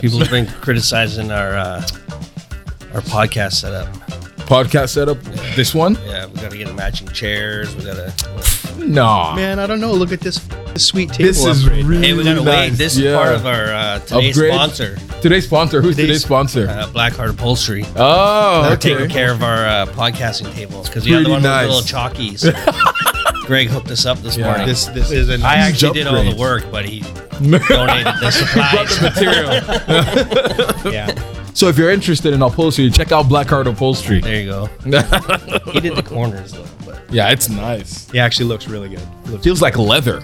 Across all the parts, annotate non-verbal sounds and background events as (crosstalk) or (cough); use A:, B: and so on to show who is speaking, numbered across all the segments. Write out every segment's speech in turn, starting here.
A: People have been criticizing our uh, our podcast setup.
B: podcast setup. This one?
A: Yeah, we got to get matching chairs. We got to.
B: Nah.
C: Man, I don't know. Look at this, this sweet table.
B: this is
C: upgrade.
B: really
A: Hey, we got to
B: nice.
A: wait. This
B: Yeah.
A: is part of our uh, today's
B: Upgrade.
A: sponsor,
B: Today's sponsor. Who's today's
C: Today's-
B: sponsor?
A: uh, Blackheart Upholstery.
B: oh,
A: They're
B: okay.
A: taking care of our uh, podcasting table because the other
B: Pretty
A: one
B: nice.
A: was a little chalky. So
B: (laughs)
A: Greg hooked us up this
B: Yeah.
A: morning.
C: This this is a
A: I
C: nice.
A: actually did all the
B: upgrades.
A: work, but
B: (laughs)
A: he donated the supplies. (laughs)
B: Material.
A: yeah,
B: so if you're interested in upholstery, check out Blackheart Upholstery.
A: there you (laughs) go. He did the corners though, but
B: yeah, it's nice.
C: It actually looks really good. It looks-
B: Feels like leather.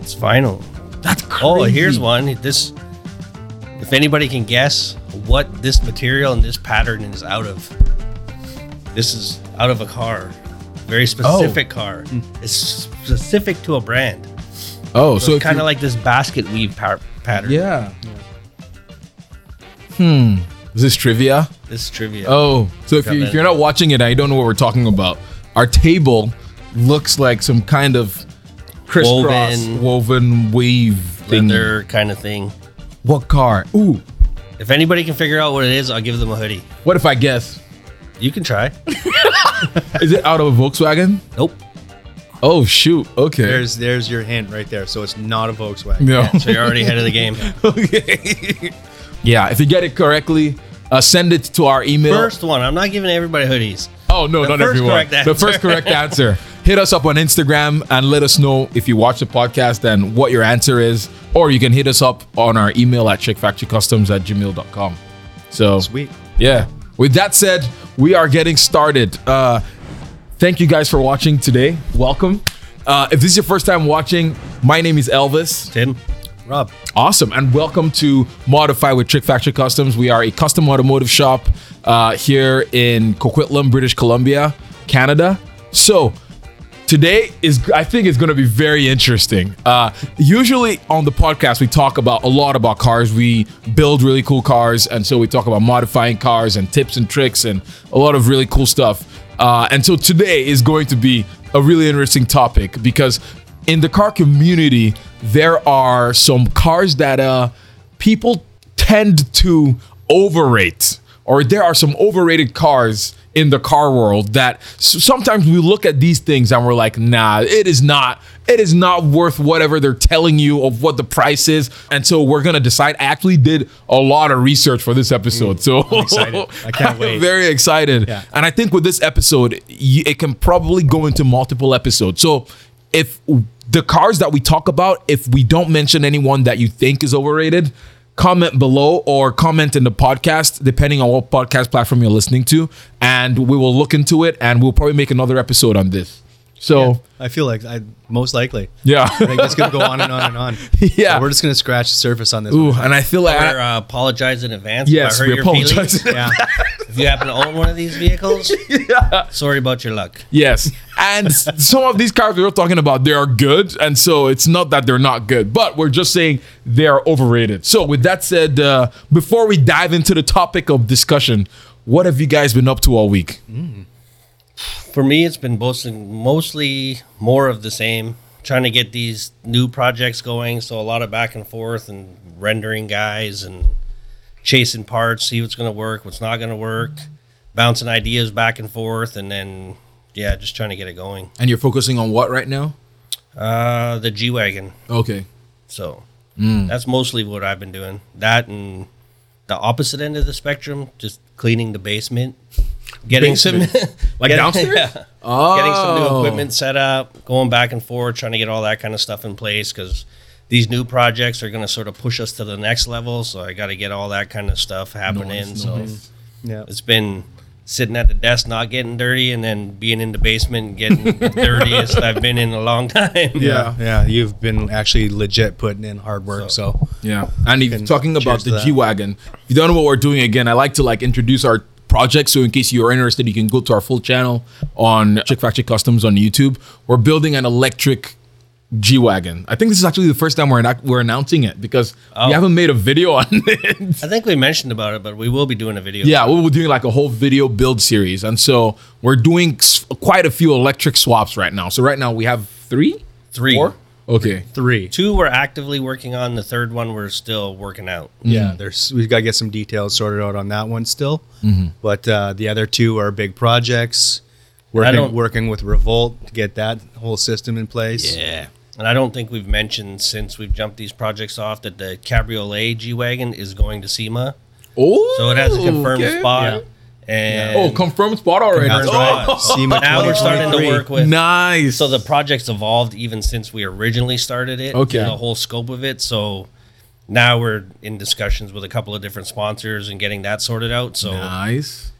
A: it's vinyl.
B: That's crazy.
A: Oh, here's one. This, if anybody can guess what this material and this pattern is out of, this is out of a car, very specific car. It's specific to a brand.
B: Oh,
A: So,
B: so
A: it's kind of like this basket weave par- pattern.
B: yeah. Hmm. Is this trivia?
A: This is trivia.
B: Oh, so if,
A: Got
B: you,
A: that.
B: if you're not watching it, I don't know what we're talking about. Our table looks like some kind of crisscross
A: Woven.
B: woven, weave thing.
A: leather kind of thing.
B: What car? Ooh,
A: If anybody can figure out what it is, I'll give them a hoodie.
B: what if I guess?
A: You can try.
B: Is it out of a Volkswagen?
A: nope.
B: Oh shoot. Okay.
C: There's there's your hint right there. So it's not a Volkswagen.
B: no.
A: So you're already ahead of the
B: (laughs)
A: game.
B: okay. yeah, if you get it correctly, uh, send it to our email.
A: First one. I'm not giving everybody hoodies.
B: oh no, not
A: first
B: everyone.
A: correct
B: The
A: answer. (laughs)
B: first correct answer. Hit us up on Instagram and let us know if you watch the podcast and what your answer is. Or you can hit us up on our email at chickfactorycustoms at gmail.com. So
C: Sweet.
B: Yeah. With that said, we are getting started. Uh, thank you guys for watching today. Welcome. Uh, if this is your first time watching, my name is Elvis.
A: Tim, Rob,
B: Awesome. And welcome to Modify with Trick Factory Customs. We are a custom automotive shop uh, here in Coquitlam, British Columbia, Canada. So, today is i think it's going to be very interesting uh, usually on the podcast we talk about a lot about cars we build really cool cars and so we talk about modifying cars and tips and tricks and a lot of really cool stuff uh, and so today is going to be a really interesting topic because in the car community there are some cars that uh, people tend to overrate or there are some overrated cars in the car world that s- sometimes we look at these things and we're like nah it is not it is not worth whatever they're telling you of what the price is and so we're gonna decide i actually did a lot of research for this episode so (laughs)
C: excited. I can't wait.
B: very excited
C: Yeah.
B: and i think with this episode y- it can probably go into multiple episodes so if w- the cars that we talk about if we don't mention anyone that you think is overrated comment below or comment in the podcast depending on what podcast platform you're listening to and we will look into it and we'll probably make another episode on this so
C: I feel like I most likely.
B: yeah (laughs)
C: I think it's gonna go on and on and on.
B: Yeah.
C: So we're just gonna scratch the surface on this.
B: Ooh,
C: one.
B: and i feel like
A: we're uh, apologize in advance. if I
B: yes
A: hurt
B: we
A: your feelings.
B: apologize
C: Yeah.
A: If you happen to own one of these
B: (laughs)
A: vehicles, sorry about your luck.
B: Yes. And s- some of these cars we were talking about, they are good. And so it's not that they're not good, but we're just saying they are overrated. So, with that said, uh, before we dive into the topic of discussion, what have you guys been up to all week?
A: For me, it's been mostly, mostly more of the same. Trying to get these new projects going, so a lot of back and forth and rendering guys and chasing parts, see what's going to work, what's not going to work, bouncing ideas back and forth, and then yeah, just trying to get it going.
B: And you're focusing on what right now?
A: Uh, the G wagon.
B: Okay.
A: So
B: Mm.
A: that's mostly what I've been doing. That and the opposite end of the spectrum, just cleaning the basement, getting some (laughs)
B: Like
A: getting-
B: downstairs?
A: yeah.
B: Oh.
A: getting some new equipment set up, going back and forth, trying to get all that kind of stuff in place because these new projects are going to sort of push us to the next level. So I got to get all that kind of stuff happening.
B: Nice,
A: so
B: nice.
C: yeah.
A: it's been sitting at the desk, not getting dirty, and then being in the basement, getting
B: (laughs)
A: the dirtiest I've been in a long time.
C: Yeah. Yeah. You've been actually legit putting in hard work.
A: So-
C: So,
B: Yeah. And if you're
C: Can-
B: talking
C: cheers
B: about
C: to
B: the
C: that.
B: G Wagon, if you don't know what we're doing again, I like to like introduce our project. So in case you're interested, you can go to our full channel on Chick Factory Customs on YouTube. We're building an electric G Wagon. I think this is actually the first time we're not, we're announcing it because
A: Oh.
B: we haven't made a video on (laughs) it.
A: I think we mentioned about it, but we will be doing a video.
B: yeah, we were doing like a whole video build series. And so we're doing s- quite a few electric swaps right now. So right now we have three?
A: Three.
B: Four? Okay.
C: Three.
A: Two we're actively working on. The third one we're still working out.
C: Yeah, there's we've got to get some details sorted out on that one still. But uh, the other two are big projects.
A: don't-
C: Working working with Revolt to get that whole system in place.
A: Yeah. And I don't think we've mentioned since we've jumped these projects off that the Cabriolet G Wagon is going to SEMA.
B: Oh.
A: So it has a confirmed
B: okay.
A: spot. And
B: Oh, confirmed spot already.
C: That's
B: Oh,
C: right.
B: (laughs)
C: SEMA
A: now we're starting to
C: 2023.
A: work with.
B: nice.
A: So the project's evolved even since we originally started it.
B: Okay.
A: The whole scope of it. So now we're in discussions with a couple of different sponsors and getting that sorted out. So,
B: nice.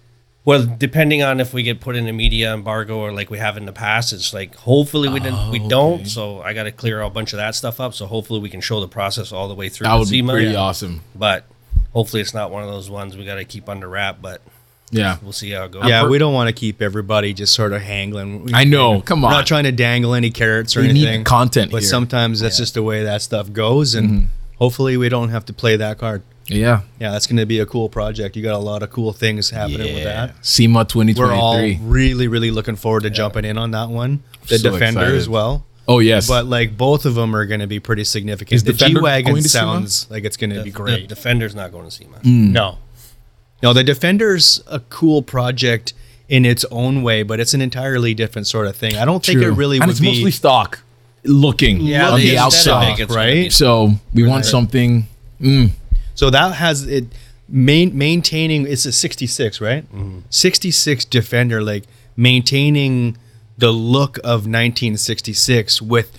A: well, depending on if we get put in a media embargo or like we have in the past, it's like hopefully we didn't,
B: Oh,
A: we don't. So I got to clear a bunch of that stuff up. So hopefully we can show the process all the way through.
B: That
A: with
B: would be
A: SEMA.
B: pretty
A: Yeah.
B: awesome.
A: But hopefully it's not one of those ones we got to keep under wrap. But
B: Yeah.
A: we'll see how it goes.
C: Yeah, we don't want to keep everybody just sort of hangling.
B: I know. Come
C: We're
B: on.
C: not trying to dangle any carrots or
B: We need
C: anything.
B: content
C: but
B: here. Mm-hmm.
C: sometimes that's just the way that stuff goes, and hopefully we don't have to play that card.
B: Yeah.
C: Yeah, that's going to be a cool project. You got a lot of cool things happening with
B: Yeah.
C: that.
B: SEMA
C: We're all
B: 2023.
C: really, really looking forward to jumping in on that one. The
B: So
C: Defender as
B: excited.
C: well.
B: oh yes.
C: But like both of them are going to be pretty significant. the
B: Defender
C: G wagon
B: going to SEMA?
C: sounds like it's going to be
A: The
C: great.
A: Defender's not going to SEMA.
B: Mm.
C: No, no, the Defender's a cool project in its own way, but it's an entirely different sort of thing. I don't think
B: True.
C: it really
B: and
C: would
B: it's
C: be.
B: mostly stock looking
A: Yeah,
B: on
A: the
B: the
A: aesthetic
B: outside.
A: it's
C: right?
B: So we want something.
C: So that has it main, maintaining. It's a 66, right?
B: Mm-hmm.
C: 66 Defender, like maintaining the look of 1966 with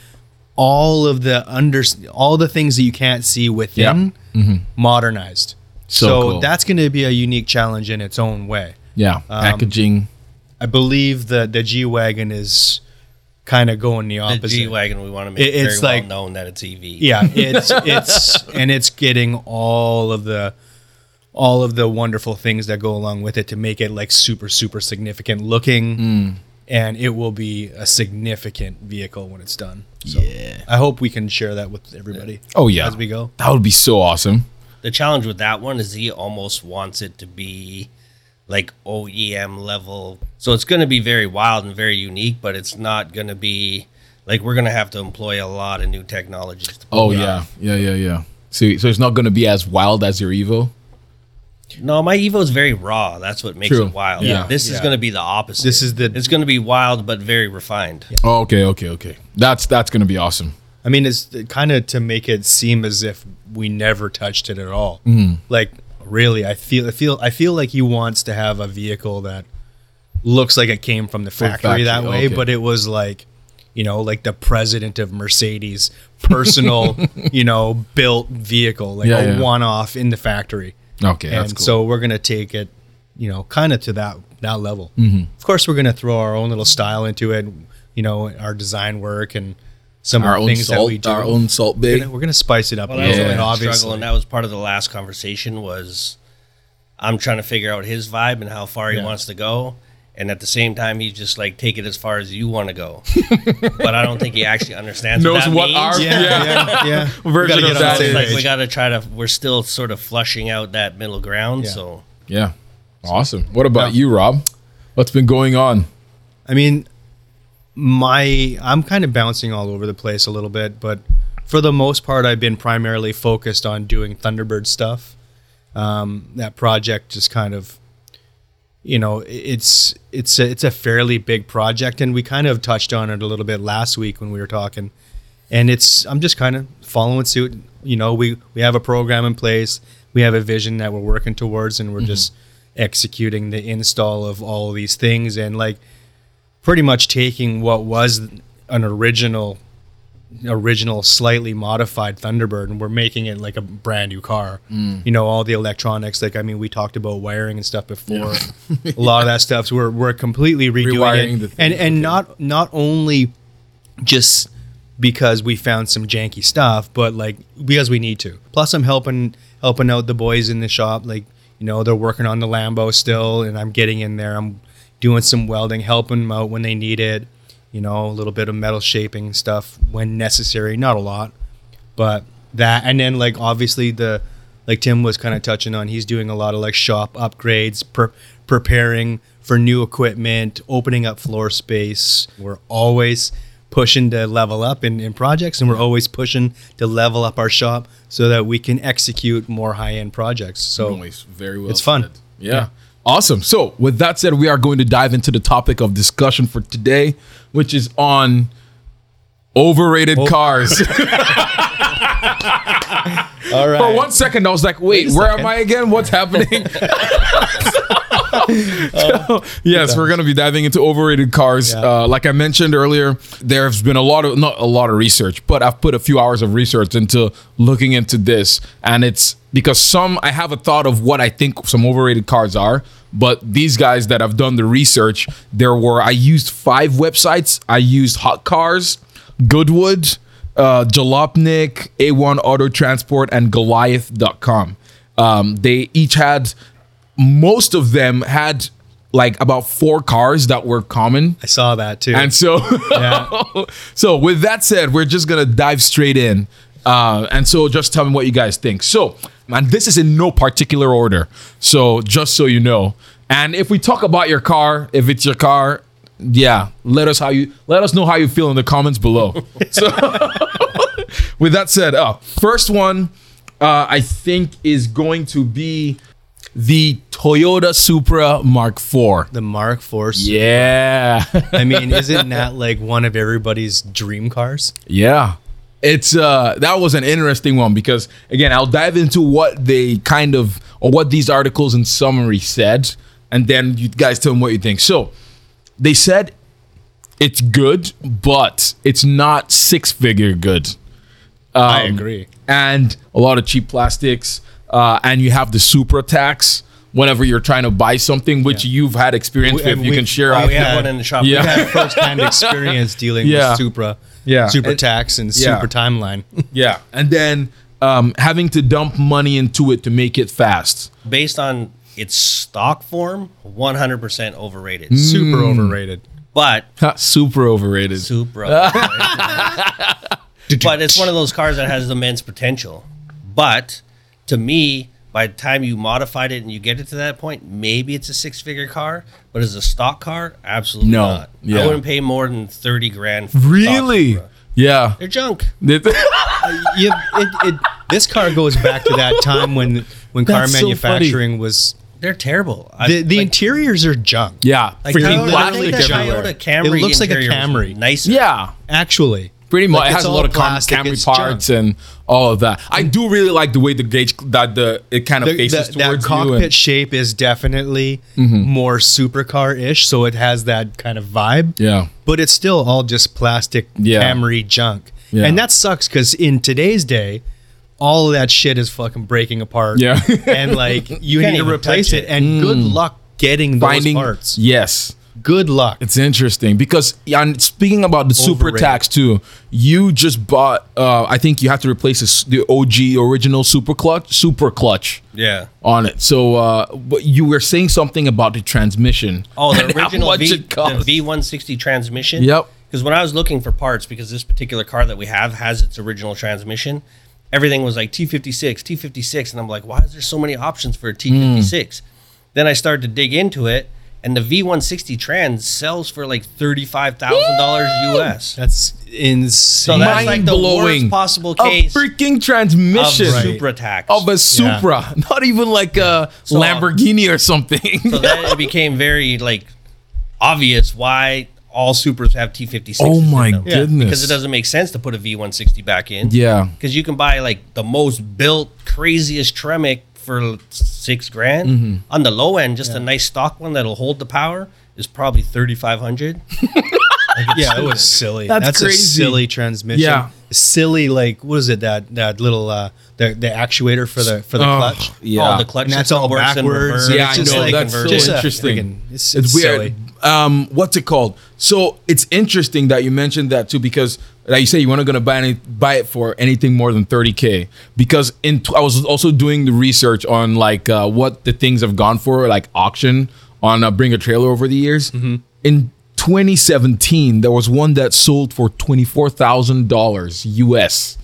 C: all of the under all the things that you can't see within modernized.
B: Mm-hmm. So
C: So,
B: cool.
C: that's going to be a unique challenge in its own way.
B: Yeah. packaging.
C: I believe the the G wagon is kind of going the
A: The
C: opposite.
A: G wagon we want to make
C: It-
A: very
C: it's like-
A: well known that it's E EV.
C: Yeah, it's it's and it's getting all of the all of the wonderful things that go along with it to make it like super super significant looking, and it will be a significant vehicle when it's done. So
B: Yeah.
C: I hope we can share that with everybody.
B: Oh yeah.
C: as we go.
B: That would be so awesome.
A: The challenge with that one is he almost wants it to be like OEM level. So it's going to be very wild and very unique, but it's not going to be like we're going to have to employ a lot of new technologies. To
B: Oh
A: pull it
B: yeah.
A: off.
B: Yeah. Yeah. Yeah. So so it's not going to be as wild as your Evo.
A: No, my Evo is very raw. That's what makes
B: True.
A: it wild.
B: Yeah.
A: This is
C: Yeah.
A: going to be the opposite.
C: This is the-
A: It's going to be wild but very refined.
B: Oh, okay. Okay. Okay. That's that's going to be awesome.
C: I mean, it's kind of to make it seem as if we never touched it at all.
B: Mm-hmm.
C: Like really, I feel I feel I feel like he wants to have a vehicle that looks like it came from the factory,
B: factory,
C: that way,
B: okay.
C: but it was like you know, like the president of Mercedes
B: (laughs)
C: personal, you know, built vehicle, like
B: Yeah,
C: a
B: yeah.
C: one-off in the factory.
B: Okay. that's
C: and
B: cool.
C: so we're gonna take it, you know, kind of to that that level.
B: Mm-hmm.
C: Of course, we're gonna throw our own little style into it, you know, our design work and some
B: our
C: of the
B: own
C: things that we
B: salt.
C: do.
B: Our own salt bay.
C: We're gonna spice it up a
A: Well,
C: little
A: that
C: bit,
A: was a big
C: obviously.
A: struggle, and that was part of the last conversation was I'm trying to figure out his vibe and how far he
C: Yeah.
A: wants to go. And at the same time, he's just like, take it as far as you want to
B: (laughs)
A: go. but I don't think he actually understands
B: Knows
A: that
B: what
A: means.
B: our-
C: yeah,
B: Yeah.
C: yeah, yeah. We gotta
B: (laughs) Version
C: get
B: of
C: on the
B: that
A: So
C: same
A: it's like
C: page.
A: we got to try to. We're still sort of flushing out that middle ground.
C: Yeah.
A: So
B: Yeah. Awesome. What about you, Rob? What's been going on?
C: I mean, my I'm kind of bouncing all over the place a little bit, but for the most part, I've been primarily focused on doing Thunderbird stuff. Um, that project just kind of, you know, i- it's it's a, it's a fairly big project, and we kind of touched on it a little bit last week when we were talking. And it's I'm just kind of following suit. You know, we we have a program in place, we have a vision that we're working towards, and we're just executing the install of all these things. And like pretty much taking what was an original original slightly modified thunderbird and we're making it like a brand new car
B: Mm.
C: you know all the electronics like i mean we talked about wiring and stuff before (laughs) a lot of that stuff so we're, we're completely redoing
B: Rewiring
C: it
B: the things,
C: and and not not only just because we found some janky stuff but like because we need to plus i'm helping helping out the boys in the shop like you know they're working on the lambo still and i'm getting in there i'm doing some welding helping them out when they need it you know a little bit of metal shaping stuff when necessary not a lot but that and then like obviously the like tim was kind of touching on he's doing a lot of like shop upgrades pre- preparing for new equipment opening up floor space we're always pushing to level up in, in projects, and we're always pushing to level up our shop so that we can execute more high end projects. So
B: Always very well.
C: It's fun.
B: said. Yeah. Awesome. So, with that said, we are going to dive into the topic of discussion for today, which is on overrated
C: Oh. (laughs)
B: cars.
C: all right,
B: For one second, I was like, wait,
C: Wait a
B: where am
C: second.
B: I again? What's
C: (laughs)
B: happening? So, (laughs) yes, we're going to be diving into overrated cars. Uh, like I mentioned earlier, there's been a lot of, not a lot of research, but I've put a few hours of research into looking into this. And it's because some, I have a thought of what I think some overrated cars are. But these guys that have done the research, there were, I used five websites. I used Hot Cars, Goodwood, uh, Jalopnik, A1 Auto Transport, and Goliath.com. Um, they each had, most of them had like about four cars that were common.
C: I saw that too.
B: And so,
C: Yeah.
B: (laughs) so with that said, we're just gonna dive straight in. Uh, and so, just tell me what you guys think. So, and this is in no particular order. So, just so you know, and if we talk about your car, if it's your car, yeah, let us how you let us know how you feel in the comments below. so, (laughs) with that said, uh, first one uh, I think is going to be the Toyota Supra Mark IV.
C: the Mark Force.
B: Yeah. (laughs)
C: I mean, isn't that like one of everybody's dream cars?
B: Yeah. It's uh that was an interesting one because again, I'll dive into what they kind of or what these articles in summary said and then you guys tell me what you think. So, they said it's good, but it's not six-figure good.
C: I
B: Um,
C: agree.
B: And a lot of cheap plastics. Uh, and you have the super tax whenever you're trying to buy something, which you've had experience
C: We-
B: with.
C: and
B: You
C: we-
B: can share.
C: oh,
B: out-
A: I
C: yeah.
A: have one in the shop.
B: Yeah.
C: had (laughs) first-hand experience dealing
B: Yeah.
C: with Supra,
B: Yeah.
C: Super
B: It-
C: Tax, and
B: yeah.
C: Super Timeline.
B: Yeah. And then um, having to dump money into it to make it fast.
A: Based on its stock form, 100% overrated.
C: Super overrated.
A: But
B: Super overrated.
A: (laughs) Supra. but it's one of those cars that has immense potential. But to me, by the time you modified it and you get it to that point, maybe it's a six figure car. But as a stock car, absolutely
B: No.
A: not.
B: Yeah.
A: I wouldn't pay more than thirty grand. For a stock
B: really?
A: Supra.
B: Yeah.
A: They're junk.
C: You- it- it- this car goes back to that time when (laughs) when car
B: That's so
C: manufacturing was
A: They're terrible. I-
C: the, the
A: like-
C: interiors are junk. (laughs)
B: yeah.
A: like,
B: Freaking
A: I don't- I
B: plastic
A: think the
B: everywhere.
A: Toyota Camry.
C: It looks like a
A: interior was
C: Camry.
A: Nicer.
B: Yeah.
C: actually.
B: Pretty much,
C: Like,
B: it
C: it's
B: has a
C: all
B: lot of com-
C: plastic,
B: Camry
C: it's
B: parts and all of that. I do really like the way the gauge that the it kind of
C: The,
B: faces
C: the, that
B: towards
C: cockpit
B: you. And,
C: shape is definitely more supercar ish, so it has that kind of vibe.
B: yeah,
C: but it's still all just plastic
B: Yeah.
C: Camry junk.
B: Yeah.
C: And that sucks because in today's day, all of that shit is fucking breaking apart.
B: Yeah.
C: (laughs) and like you
A: Can't
C: need to
A: even
C: replace
A: touch
C: it.
A: it.
C: And good luck getting those
B: Mm. finding
C: parts.
B: yes,
C: Good luck.
B: It's interesting because yeah, and speaking about the super
C: Overrated.
B: tax too, you just bought. Uh, I think you have to replace this, the OG original super clutch, super clutch
A: Yeah.
B: on it. So, uh, but you were saying something about the transmission.
A: Oh,
B: (laughs)
A: the
B: and how
A: original
B: much
A: V,
B: it cost.
A: the V160 transmission.
B: Yep.
A: Because when I was looking for parts, because this particular car that we have has its original transmission, everything was like T56, T56, and I'm like, why is there so many options for a T56? Then I started to dig into it, and the V160 trans sells for like thirty-five thousand dollars US.
C: That's insane.
A: So that's like the
B: Mind-blowing.
A: worst possible
B: a
A: case
B: freaking
A: of
B: transmission
C: Right.
A: Supra tax.
B: of a Supra, (laughs) not even like a
A: So, um,
B: Lamborghini or something.
A: so then it became very like obvious why all supers have T56.
B: oh my
C: Yeah, because
B: goodness!
A: because it doesn't make sense to put a V160 back in.
B: Yeah.
A: because you can buy like the most built, craziest Tremec for six grand.
B: Mm-hmm.
A: On the low end, just a nice stock one that'll hold the power is probably thirty five
B: (laughs)
A: hundred.
C: yeah, it was silly.
B: That's
C: That's,
B: crazy.
C: a silly transmission.
B: Yeah.
C: Silly like what is it that that little uh the, the actuator for the for
B: (laughs)
C: the
B: Oh,
C: clutch?
B: yeah.
A: the clutch
C: And that's
A: system
C: all
A: works in
C: backwards.
A: reverse.
B: Yeah,
C: It's
B: I
C: just
B: know.
C: like
B: That's so
A: conversion.
C: just a
B: interesting.
C: friggin- it's,
B: it's,
C: it's
B: weird.
C: silly.
B: Um, what's it called? So it's interesting that you mentioned that too, because like you say, you weren't going to buy any, buy it for anything more than 30k. Because in t- I was also doing the research on like uh, what the things have gone for, like auction on uh, Bring a Trailer over the years.
C: Mm-hmm.
B: In 2017, there was one that sold for twenty four thousand dollars US,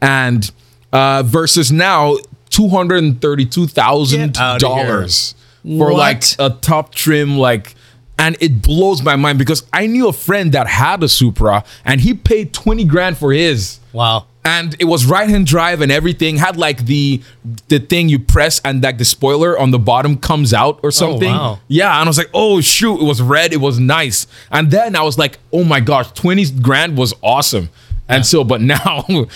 B: and uh, versus now two hundred and thirty two thousand
C: Get outta here.
B: dollars for like
C: What?
B: a top trim like and it blows my mind because I knew a friend that had a Supra and he paid 20 grand for his.
C: Wow.
B: And it was right hand drive and everything had like the the thing you press and like the spoiler on the bottom comes out or something.
C: Oh, wow.
B: Yeah, and I was like, "Oh shoot, it was red, it was nice." And then I was like, "Oh my gosh, 20 grand was awesome." And so but now (laughs)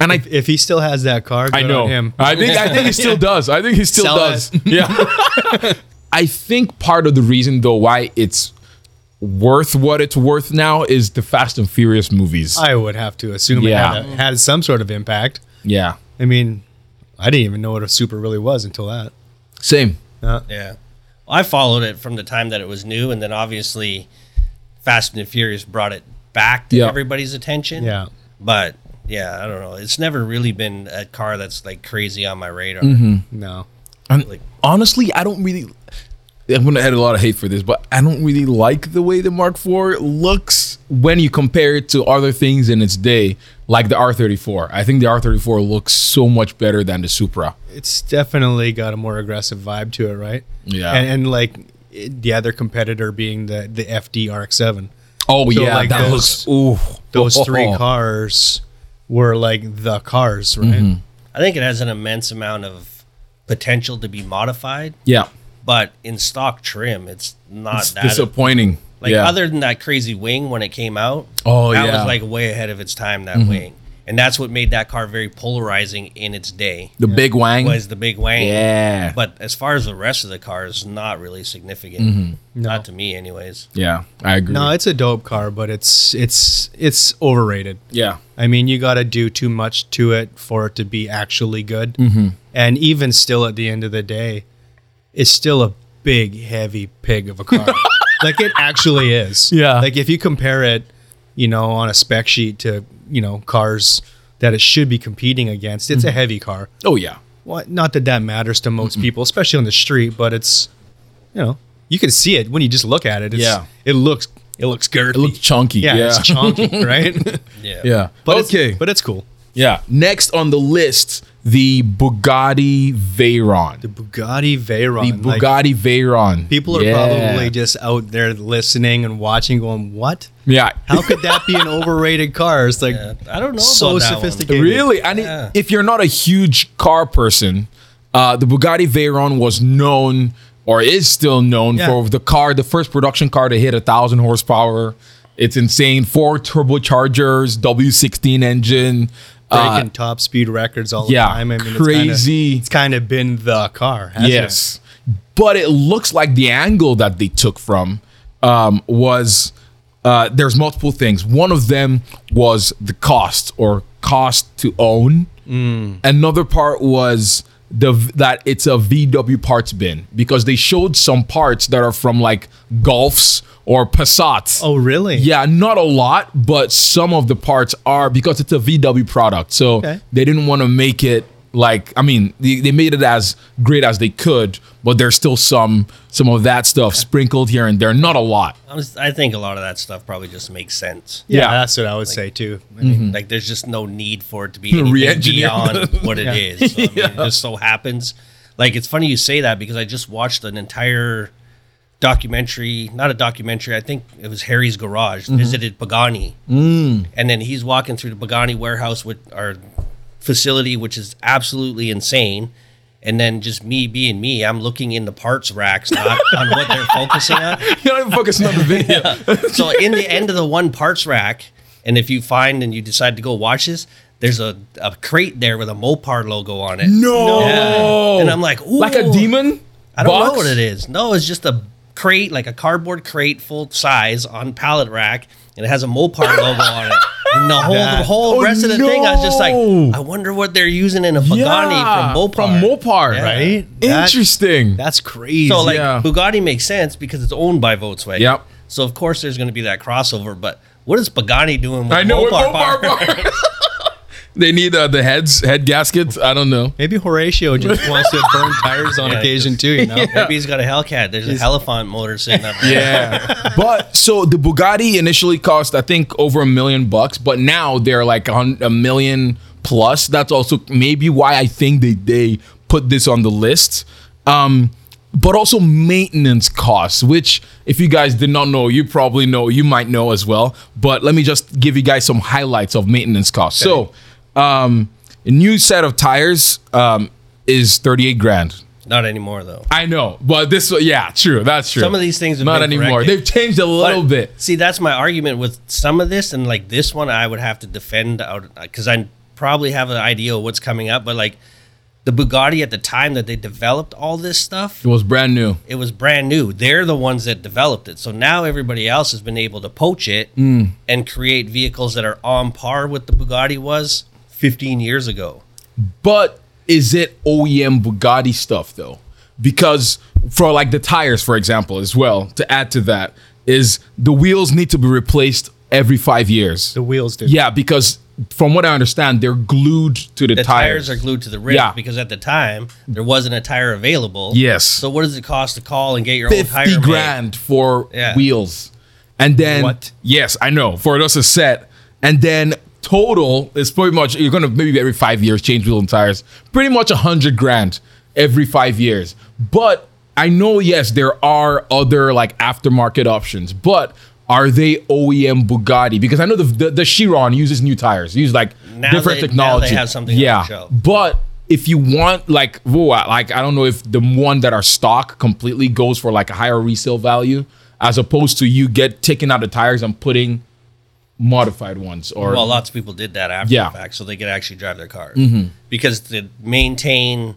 B: and I
C: If he still has that car, good
B: I know
C: on him.
B: I think I think he
C: (laughs)
B: still does. I think he still
C: Sell
B: does. (laughs) Yeah. I think part of the reason though why it's worth what it's worth now is the Fast and Furious movies.
C: I would have to assume
B: Yeah.
C: it had, a, had some sort of impact.
B: yeah.
C: I mean, I didn't even know what a super really was until that.
B: Same.
A: Yeah. I followed it from the time that it was new, and then obviously Fast and the Furious brought it back to
B: Yeah.
A: everybody's attention.
C: Yeah.
A: But yeah, I don't know. It's never really been a car that's like crazy on my radar.
B: Mm-hmm.
C: No.
B: And
A: Like-
B: honestly, I don't really I'm gonna get a lot of hate for this, but I don't really like the way the Mark IV looks when you compare it to other things in its day, like the R34. I think the R34 looks so much better than the Supra.
C: It's definitely got a more aggressive vibe to it, right?
B: Yeah.
C: And, and like it- the other competitor being the the FD RX-7.
B: Oh
C: So,
B: yeah,
C: like,
B: that looks
C: those-
B: ooh
C: Those three
B: Oh.
C: cars were like the cars, right?
B: Mm-hmm.
A: I think it has an immense amount of potential to be modified,
B: Yeah,
A: but in stock trim, it's not
B: it's
A: that.
B: disappointing.
A: like
B: yeah.
A: other than that crazy wing when it came out,
B: Oh,
A: that
B: yeah. Mm-hmm.
A: was like way ahead of its time. That wing, and that's what made that car very polarizing in its day.
B: the big wang.
A: was the big wang.
B: Yeah.
A: But as far as the rest of the cars, not really significant.
B: Mm-hmm.
A: Not to me, anyways.
B: yeah, I agree.
C: No, Uh, it's a dope car, but it's it's it's overrated.
B: yeah,
C: I mean, you got to do too much to it for it to be actually good.
B: Mm-hmm.
C: And even still, at the end of the day, it's still a big, heavy pig of a
B: (laughs)
C: car. like it actually is.
B: Yeah.
C: Like if you compare it, you know, on a spec sheet to you know cars that it should be competing against, it's a heavy car.
B: oh yeah,
C: Well, not that that matters to most people, especially on the street, but it's you know you can see it when you just look at it. It's,
B: Yeah.
C: It looks it looks girthy.
B: it looks chunky.
C: yeah,
B: Yeah, yeah.
C: it's
B: (laughs)
C: chunky, right? But it's-
B: okay,
C: but it's cool.
B: yeah. Next on the list, the Bugatti Veyron.
C: Bugatti Veyron.
B: The
C: like,
B: Bugatti Veyron.
C: people are
B: Yeah.
C: probably just out there listening and watching, going, "What?
B: yeah.
C: How could
B: (laughs)
C: that be an overrated car?" It's like
A: Yeah, I don't know.
C: so
A: about that one.
C: sophisticated.
B: Really? And it-
A: Yeah.
B: if you're not a huge car person, uh, the Bugatti Veyron was known or is still known
C: Yeah.
B: for the car, the first production car to hit a thousand horsepower. It's insane. Four turbochargers, W16 engine. Uh,
C: Breaking top speed records all
B: yeah,
C: the time. I mean, it's
B: crazy.
C: Kinda, it's kind of been the car. hasn't it?
B: yes. But it looks like the angle that they took from um, was uh, there's multiple things. One of them was the cost or cost to own. Another part was the that it's a VW parts bin because they showed some parts that are from like Golfs or Passats.
C: Oh, really?
B: Yeah, not a lot, but some of the parts are because it's a VW product. So
C: Okay.
B: they didn't want to make it like I mean, they, they made it as great as they could, but there's still some some of that stuff sprinkled here and there. Not a lot. (laughs)
A: I was- I think a lot of that stuff probably just makes sense.
C: Yeah,
B: Yeah. mm-hmm.
C: that's what I would say too. I mean,
A: Like there's just no need for it to be anything
B: Re-engineer.
A: beyond what it is. So, I mean, It just so happens. Like it's funny you say that because I just watched an entire documentary, not a documentary. I think it was Harry's Garage visited Pagani, and then he's walking through the Pagani warehouse with our facility, which is absolutely insane. And then just me being me, I'm looking in the parts racks, not on what they're focusing on
B: You're not even focusing on
A: (laughs)
B: the video.
A: so in the end of the one parts rack, and if you find and you decide to go watch this, there's a, a crate there with a Mopar logo on it.
B: No.
A: Yeah. And I'm like, Ooh,
B: like a demon.
A: I don't
B: box?
A: know what it is. No, it's just a crate, like a cardboard crate, full size on pallet rack, and it has a Mopar logo on it. And the
B: (laughs)
A: whole the
C: That-
A: whole
B: Oh,
A: rest of the thing, I was just like,
B: no.
A: I wonder what they're using in a Pagani
B: Yeah,
A: from Mopar.
B: From Mopar,
A: Yeah.
C: right? That-
B: Interesting.
C: that's crazy.
A: So like
B: Yeah.
A: Bugatti makes sense because it's owned by Volkswagen.
B: Yep.
A: So of course there's going to be that crossover. But what is Pagani doing? With
B: I know what
A: Mopar
B: Mopar (laughs)
A: power?
B: bar. they need uh, the heads, head gaskets. I don't know.
C: Maybe
B: (laughs)
C: Horatio just wants to burn tires on
A: Yeah,
C: occasion too. You know?
A: Maybe he's got a Hellcat. There's a Elephant motor sitting up there.
B: Yeah. (laughs) but so the Bugatti initially cost, I think, over a million bucks, but now they're like a hun- a million plus. That's also maybe why I think they, they put this on the list. Um, but also maintenance costs, which, if you guys did not know, you probably know, you might know as well. But let me just give you guys some highlights of maintenance costs. So, um, a new set of tires um, is 38 grand.
A: Not anymore though.
B: I know, but this, yeah, true. That's true.
A: Some of these things have
B: not
A: been
B: anymore.
A: corrected.
B: They've changed a
A: But,
B: little bit.
A: See, that's my argument with some of this, and like this one, I would have to defend out because I probably have an idea of what's coming up. But like the Bugatti at the time that they developed all this stuff,
B: It was brand new.
A: it was brand new. They're the ones that developed it, so now everybody else has been able to poach it
B: Hmm.
A: and create vehicles that are on par with the Bugatti was 15 years ago.
B: But is it OEM Bugatti stuff though? Because for like the tires, for example, as well, to add to that, is the wheels need to be replaced every five years.
C: The wheels did.
B: Yeah, because from what I understand, they're glued to the,
A: The
B: tires.
A: tires are glued to the rim
B: Yeah.
A: because at the time there wasn't a tire available.
B: Yes.
A: So what does it cost to call and get your own tire?
B: fifty
A: made?
B: grand for
A: Yeah.
B: wheels, and then
C: What?
B: yes, I know for just a set, and then total is pretty much you're gonna maybe every five years change wheel and tires, pretty much a hundred grand every five years. But I know yes, there are other like aftermarket options, but. Are they OEM Bugatti? Because I know the the, the Chiron uses new tires, use like
A: Now
B: different
A: they- now they
B: technology.
A: have something on the shelf.
B: But if you want like whoa, I- like I don't know if the one that are stock completely goes for like a higher resale value as opposed to you get taking out the tires and putting modified ones or
A: Well, lots of people did that after
B: Yeah. Mm-hmm.
A: the fact, so they could actually drive their cars because to maintain,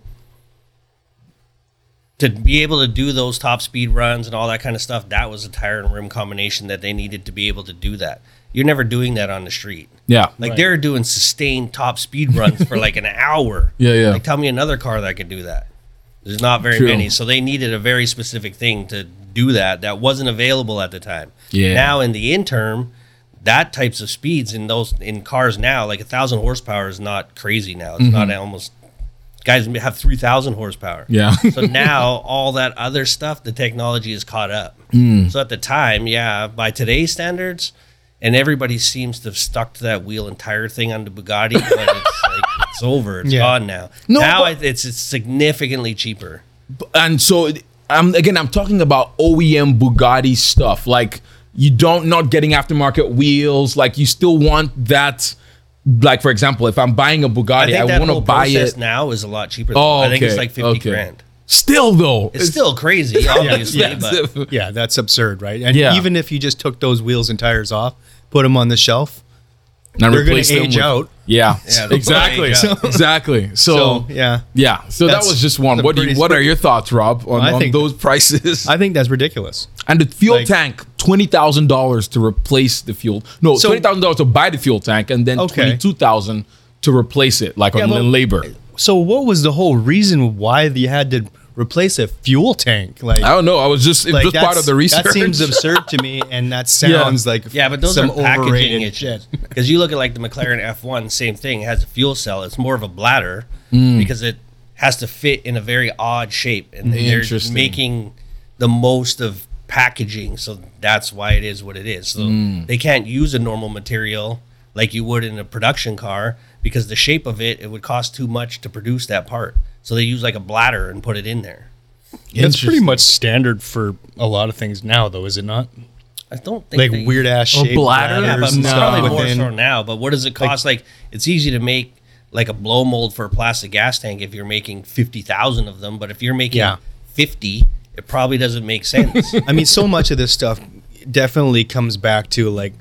A: to be able to do those top speed runs and all that kind of stuff, that was a tire and rim combination that they needed to be able to do that. You're never doing that on the street.
B: yeah.
A: Like they're doing sustained top speed runs for like an
B: (laughs)
A: hour.
B: Yeah, yeah.
A: Like tell me another car that could do that. There's not very
B: True.
A: many. So they needed a very specific thing to do that that wasn't available at the time.
B: Yeah.
A: Now in the interim, that types of speeds in those in cars now, like a thousand horsepower is not crazy now. It's not
B: Mm-hmm.
A: almost guys have three thousand horsepower.
B: Yeah.
A: (laughs) so now all that other stuff, the technology is caught up.
B: Hmm.
A: So at the time, yeah, by today's standards, and everybody seems to have stuck to that wheel and tire thing on the Bugatti, but it's like it's over. It's
C: Yeah.
A: gone now.
B: No,
A: now
B: but-
A: it- it's, it's significantly cheaper.
B: and so I'm again I'm talking about OEM Bugatti stuff. Like you don't not getting aftermarket wheels. Like you still want that. Like for example, if I'm buying a
A: I
B: Bugatti,
A: think
B: I,
A: that
B: want to
A: whole
B: buy
A: process
B: it.
A: now is a lot cheaper.
B: Oh,
A: I think it's
B: okay,
A: like fifty
B: okay.
A: grand.
B: Still though,
A: It's, still
B: (laughs)
A: crazy, obviously, but
B: expensive.
C: Yeah, that's absurd, right? And
B: Yeah.
C: even if you just took those wheels and tires off, put them on the shelf,
B: and
C: they're going
B: replace
C: to
B: them
C: age
B: with-
C: out.
B: Yeah,
A: Yeah, they'll
B: exactly,
A: age
C: (laughs)
A: out.
B: (laughs) exactly. So,
C: So, Oh, yeah.
B: yeah, so that
C: That's
B: was just one.
C: the
B: What do you,
C: pretty-
B: what are your thoughts, Rob, on,
C: I
B: on
C: think-
B: those prices?
C: I think that's ridiculous.
B: and the fuel
C: like-
B: tank, twenty thousand dollars to replace the fuel. No,
C: So-
B: twenty thousand dollars to buy the fuel tank, and then
C: Okay.
B: twenty two thousand to replace it, like on
C: but-
B: labor.
C: So what was the whole reason why they had to replace a fuel tank? Like,
B: I don't know. I was just it
C: like
B: was part
C: that's-
B: of the research.
C: That seems absurd to me, and (laughs) that sounds like
A: yeah, but those
C: some
A: are packaging
C: overrated
A: issues.
C: shit.
A: Because you look at like the McLaren F1, same thing. It has a fuel cell. It's more of a bladder
C: Mm.
A: because it has to fit in a very odd shape, and they're
B: Interesting.
A: making the most of packaging. So that's why it is what it is. So
C: Mm.
A: they can't use a normal material like you would in a production car because the shape of it it would cost too much to produce that part. So they use like a bladder and put it in there.
C: That's pretty
B: Interesting.
C: much standard for a lot of things now, though, is it not?
A: I don't think
C: Like
A: they-
C: weird ass
B: Or
C: shape
B: bladder?
A: Yeah, but
B: There's
A: it's
B: no-
A: probably more so now. But what does it cost? Like, it's easy to make like a blow mold for a plastic gas tank if you're making fifty thousand of them. But if you're making
C: Yeah.
A: fifty, it probably doesn't make sense.
C: I mean, so much of this stuff definitely comes back to like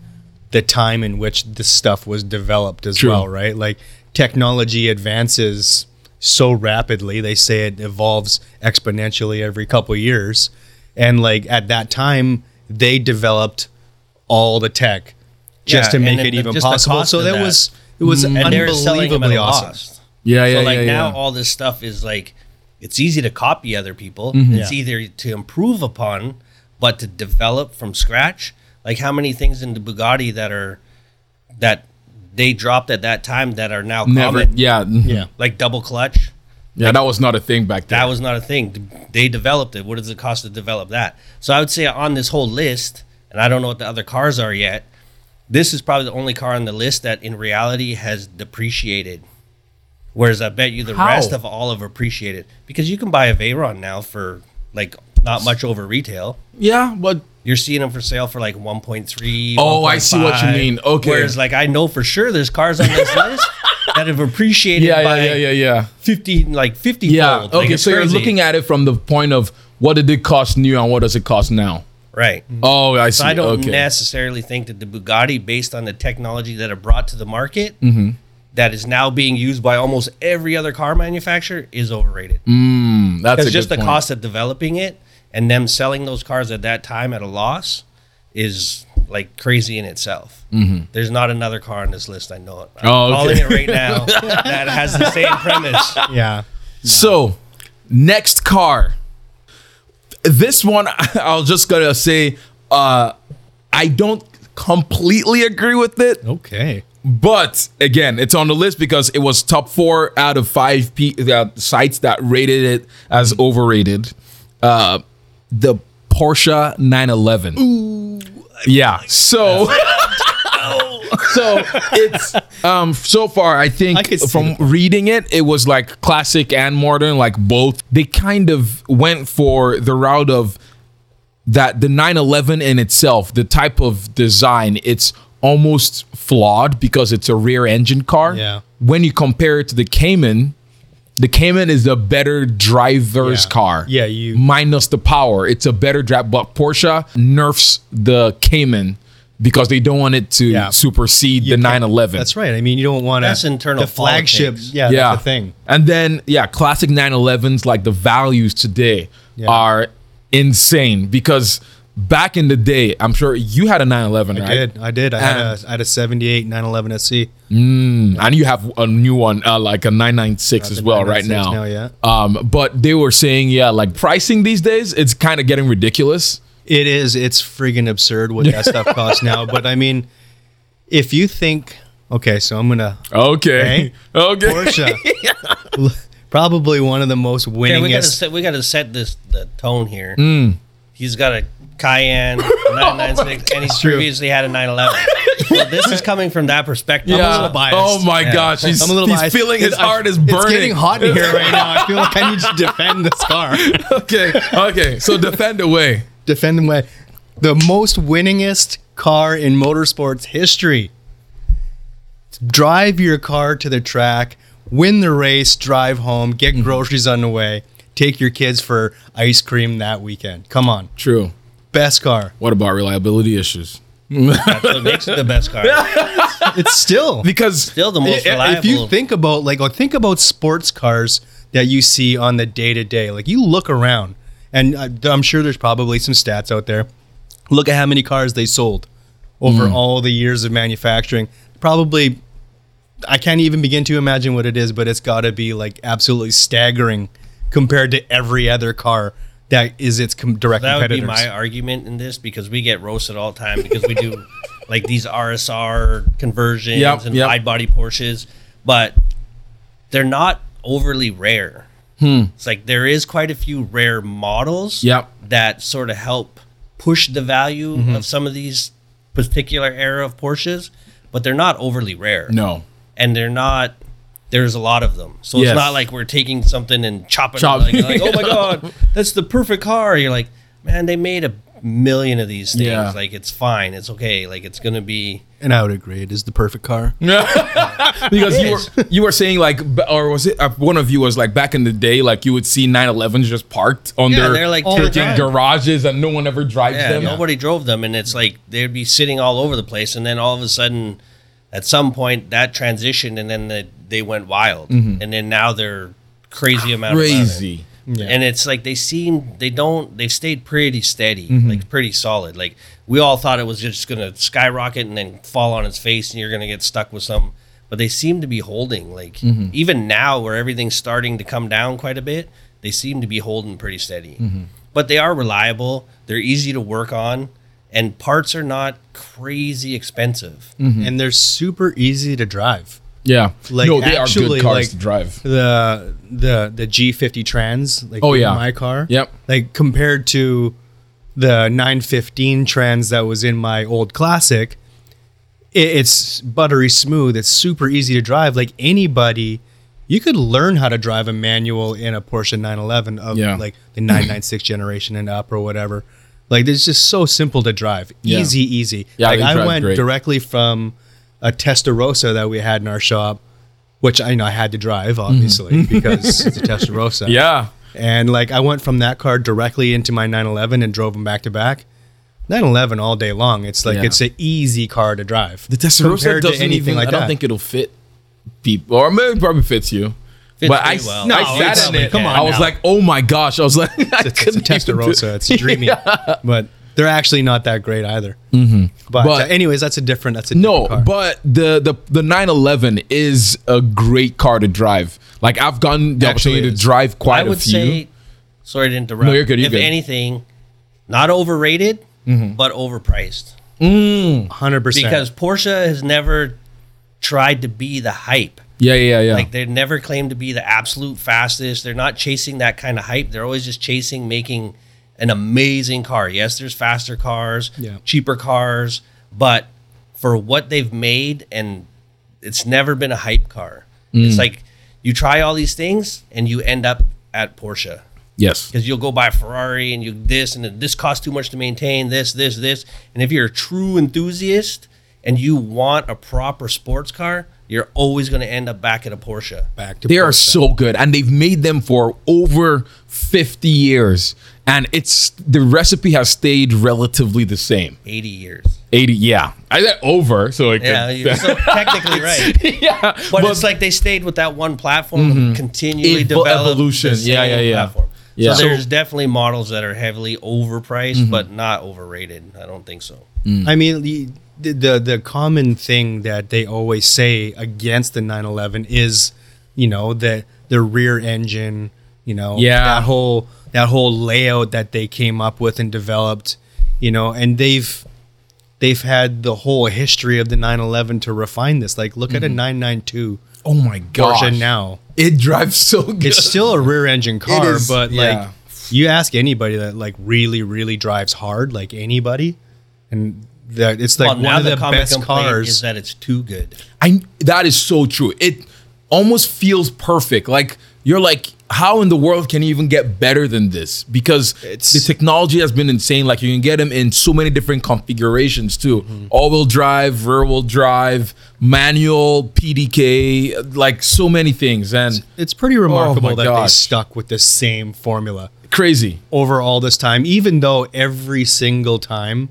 C: the time in which this stuff was developed as
B: True.
C: well, right? Like technology advances so rapidly. They say it evolves exponentially every couple years. And like at that time, they developed all the tech just
A: Yeah,
C: to
A: and
C: make
A: then
C: it
A: the-
C: even
A: just the
C: possible.
A: cost
C: So
A: of
C: that
A: that. Mm-hmm.
C: was it was
A: and they're selling them at
C: unbelievably
A: a
C: awesome.
A: loss.
B: (laughs) yeah, yeah,
A: so like
B: yeah,
A: now
B: yeah.
A: all this stuff is like it's easy to copy other people. It's
C: Yeah.
A: either to improve upon, but to develop from scratch. Like how many things in the Bugatti that are that they dropped at that time that are now
B: Never.
A: common,
B: Yeah, mhm.
C: Yeah.
A: like double clutch.
B: yeah. That was not a thing back then.
A: That was not a thing. They developed it. What does it cost to develop that? So I would say on this whole list, and I don't know what the other cars are yet. This is probably the only car on the list that in reality has depreciated. Whereas I bet you the
B: How?
A: rest of all have appreciated because you can buy a Veyron now for like not much over retail.
B: Yeah, but
A: You're seeing them for sale for like 1.3.
B: Oh, I see what you
A: 1.5.
B: mean. Okay.
A: Whereas like I know for sure there's cars on
B: (laughs)
A: this list that have appreciated
B: yeah,
A: by
B: yeah, yeah, yeah, yeah.
A: 50 like 50
B: Yeah.
A: fold.
B: okay, so you're looking at it from the point of what did it cost new and what does it cost now?
A: right.
B: Oh, I see.
A: I don't
B: okay.
A: necessarily think that the Bugatti, based on the technology that it brought to the market,
B: Mm-hmm.
A: that is now being used by almost every other car manufacturer, is overrated.
B: Mm-hmm. Mm, That's a
A: It's just
B: good
A: the
B: point.
A: cost of developing it and them selling those cars at that time at a loss is like crazy in itself. There's not another car on this list I know it. I'm
B: Mm-hmm. Oh, okay.
A: calling it right now
B: (laughs)
A: that has the same premise.
C: Yeah.
B: So, next car. This one, (laughs) I was just gonna say, uh, I don't completely agree with it,
C: Okay.
B: but again, it's on the list because it was top four out of five p- uh, sites that rated it
C: Mm-hmm.
B: as overrated. Uh, the Porsche 911. Ooh. Yeah. So. (laughs) so it's um so far I think
C: I could see
B: from reading it it was like classic and modern like both they kind of went for the route of that the 911 in itself the type of design it's almost flawed because it's a rear engine car
C: Yeah.
B: when you compare it to the Cayman the Cayman is a better driver's
C: Yeah.
B: car.
C: Yeah, you-
B: minus the power. It's a better drive, but Porsche nerfs the Cayman because they don't want it to
C: Yeah.
B: supersede the
C: can't-
B: 911.
C: That's right. I mean, you don't want to.
A: That's internal
C: The flagship.
A: politics.
C: Yeah,
B: yeah.
C: That's the thing.
B: And then yeah, classic 911s like the values today
C: Yeah.
B: are insane because back in the day, I'm sure you had a 911,
C: I
B: right?
C: did. I did. I had
B: And-
C: a I had a 78 911 SC.
B: and you have a new one uh, like a 996 as
C: Uh, the
B: well right
C: 996
B: now.
C: now, yeah.
B: Um, but they were saying yeah, like pricing these days, it's kind of getting ridiculous.
C: It is. It's friggin' absurd what that stuff costs now. But I mean, if you think, okay, so
B: (laughs)
C: I'm gonna
B: Okay. (laughs) Okay.
C: Porsche, l- probably one of the most
A: Yeah, we gotta
C: winningest.
A: set, we gotta set this the tone here. He's got a Cayenne 996, and he's previously had a 911. so this is coming from that perspective.
B: Yeah. Oh my
A: Yeah.
B: gosh, he's,
C: I'm a little
B: he's
C: biased.
B: feeling his
C: It's- I-
B: heart is
C: it's
B: burning.
C: getting hot in here right now. I feel like I need to defend this car.
B: (laughs) okay, okay. So defend away.
C: defend them way. The most winningest car in motorsports history. Drive your car to the track, win the race, drive home, get groceries on the way, take your kids for ice cream that weekend. Come on.
B: True.
C: Best car.
B: What about reliability issues?
A: That's what makes it the best car.
C: It's still
B: Because
A: Still the most reliable.
C: if you think about like or think about sports cars that you see on the day to day like you look around and I- i'm sure there's probably some stats out there look at how many cars they sold over
A: Hmm.
C: all the years of manufacturing probably i can't even begin to imagine what it is but it's got to be like absolutely staggering compared to every other car that is its com- direct
A: that would be
C: competitors
A: my argument in this because we get roasted all the time because we
B: (laughs)
A: do like these RSR conversions
B: Yep,
A: and
B: yep.
A: wide body Porsches, but they're not overly rare. It's like there is quite a few rare models
B: Hmm. Yep. Mm-hmm.
A: that sort of help push the value of some of these particular era of Porsches, but they're not overly rare
C: (laughs)
B: no,
A: and they're not there's a lot of them so
B: Yes.
A: it's not like we're taking something and chopping
B: Chop-
A: it like, like,
B: (laughs)
A: oh my god that's the perfect car you're like man they made a million of these things
B: Yeah.
A: like it's fine it's okay like it's gonna be
C: and i would agree it is the perfect car
B: (laughs) because you were you were saying like, b- or was it uh, one of you was like back in the day, like you would see 911s just parked on
A: Yeah,
B: their
A: they're, like,
B: freaking
A: terrified.
B: garages and no one ever drives
A: yeah,
B: them.
A: nobody drove them and it's like they'd be sitting all over the place and then all of a sudden at some point that transitioned and then the, they went wild and then now they're crazy amount about it.
B: Mm-hmm. Crazy.
A: And it's like they seem they don't they've stayed pretty steady,
B: Mm-hmm.
A: like pretty solid. Like we all thought it was just gonna skyrocket and then fall on its face and you're gonna get stuck with some but they seem to be holding. Like
B: Mm-hmm.
A: even now where everything's starting to come down quite a bit, they seem to be holding pretty steady.
B: Mm-hmm.
A: But they are reliable, they're easy to work on, and parts are not crazy expensive.
B: Mm-hmm.
C: and they're super easy to drive
B: Yeah.
C: Like,
B: no, they are
C: actually,
B: good cars
C: like-
B: to drive.
C: the the the G50 Trans, like
B: Oh, yeah.
C: in my car.
B: Yep.
C: Like compared to the 915 Trans that was in my old classic, it, it's buttery smooth. It's super easy to drive. Like anybody you could learn how to drive a manual in a Porsche 911 of
B: Yeah.
C: like the 996 generation and up or whatever. Like it's just so simple to drive,
B: Yeah.
C: easy, easy.
B: Yeah,
C: like
B: they
C: I
B: drive
C: went
B: great.
C: directly from a Testarossa that we had in our shop, which I you know I had to drive obviously
B: (laughs)
C: because it's a Testarossa.
B: Mm-hmm. Yeah.
C: And like I went from that car directly into my 911 and drove them back to back. 911 all day long. It's like
B: Yeah.
C: it's an easy car to drive.
B: The Testarossa
C: compared to
B: doesn't
C: anything
B: even.
C: like
B: I don't
C: that.
B: think it'll fit people, or maybe it probably fits you.
A: Fits
B: but
A: me
B: I,
A: well.
B: no,
A: No,
B: I
C: it's-
B: sat in it.
C: come on
B: I was
C: now.
B: like, oh my gosh. I was like, (laughs) I
C: it's, it's a
B: couldn't even do-
C: Testarossa.
B: (laughs)
C: It's dreamy, but they're actually not that great either. But,
B: Mm-hmm. But-
C: uh, anyways, that's a different. That's a
B: No,
C: different car.
B: but the the the 911 is a great car to drive. Like I've gotten the
C: Actually
B: opportunity to
C: is.
B: drive quite
A: I would
B: a few.
A: say, sorry to interrupt.
B: No, you're good,
A: if
B: Mm-hmm. you're good.
A: anything, not overrated, but overpriced.
C: hundred percent.
A: Because Porsche has never tried to be the hype.
B: yeah, yeah, yeah.
A: Like they never claim to be the absolute fastest. They're not chasing that kind of hype. They're always just chasing making an amazing car. Yes, there's faster cars,
C: Yeah.
A: cheaper cars, but for what they've made and it's never been a hype car.
C: Mm.
A: It's like you try all these things and you end up at Porsche
B: yes.
A: because you'll go buy a Ferrari and you this and this costs too much to maintain this this this and if you're a true enthusiast and you want a proper sports car you're always going to end up back at a Porsche
C: back to
B: They are
C: Porsche.
B: so good, and they've made them for over 50 years, and it's the recipe has stayed relatively the same.
A: 80 years
B: 80, yeah, I said over, so it
A: yeah
B: could-
A: you're so technically right
B: (laughs) yeah,
A: but, it's like they stayed with that one platform and continually
B: Evo-
A: developed
B: evolution.
A: the same
B: Yeah, yeah, yeah.
A: platform.
B: Yeah.
A: so
B: So-
A: there's definitely models that are heavily overpriced but not overrated I don't think so
B: Mm-hmm.
C: I mean, the, the the the common thing that they always say against the 911 is, you know, the the rear engine. You know,
B: Yeah.
C: that whole that whole layout that they came up with and developed. You know, and they've they've had the whole history of the 911 to refine this. Like, look at a 992
B: oh my Mm-hmm. gosh,
C: Porsche now.
B: it drives so good.
C: it's still a rear engine car,
B: is,
C: but
B: yeah.
C: like you ask anybody that like really, really drives hard, like anybody, and that it's like
A: Well,
C: one of the,
A: common
C: best
A: complaint
C: cars.
A: is that it's too good
B: I that is so true. It almost feels perfect. Like you're like, how in the world can you even get better than this? Because
C: It's-
B: the technology has been insane. Like you can get them in so many different configurations too:
C: Mm-hmm.
B: all-wheel drive, rear-wheel drive, manual, PDK, like so many things, and
C: it's pretty remarkable
B: Oh my
C: that they
B: gosh.
C: stuck with the same formula
B: crazy.
C: over all this time, even though every single time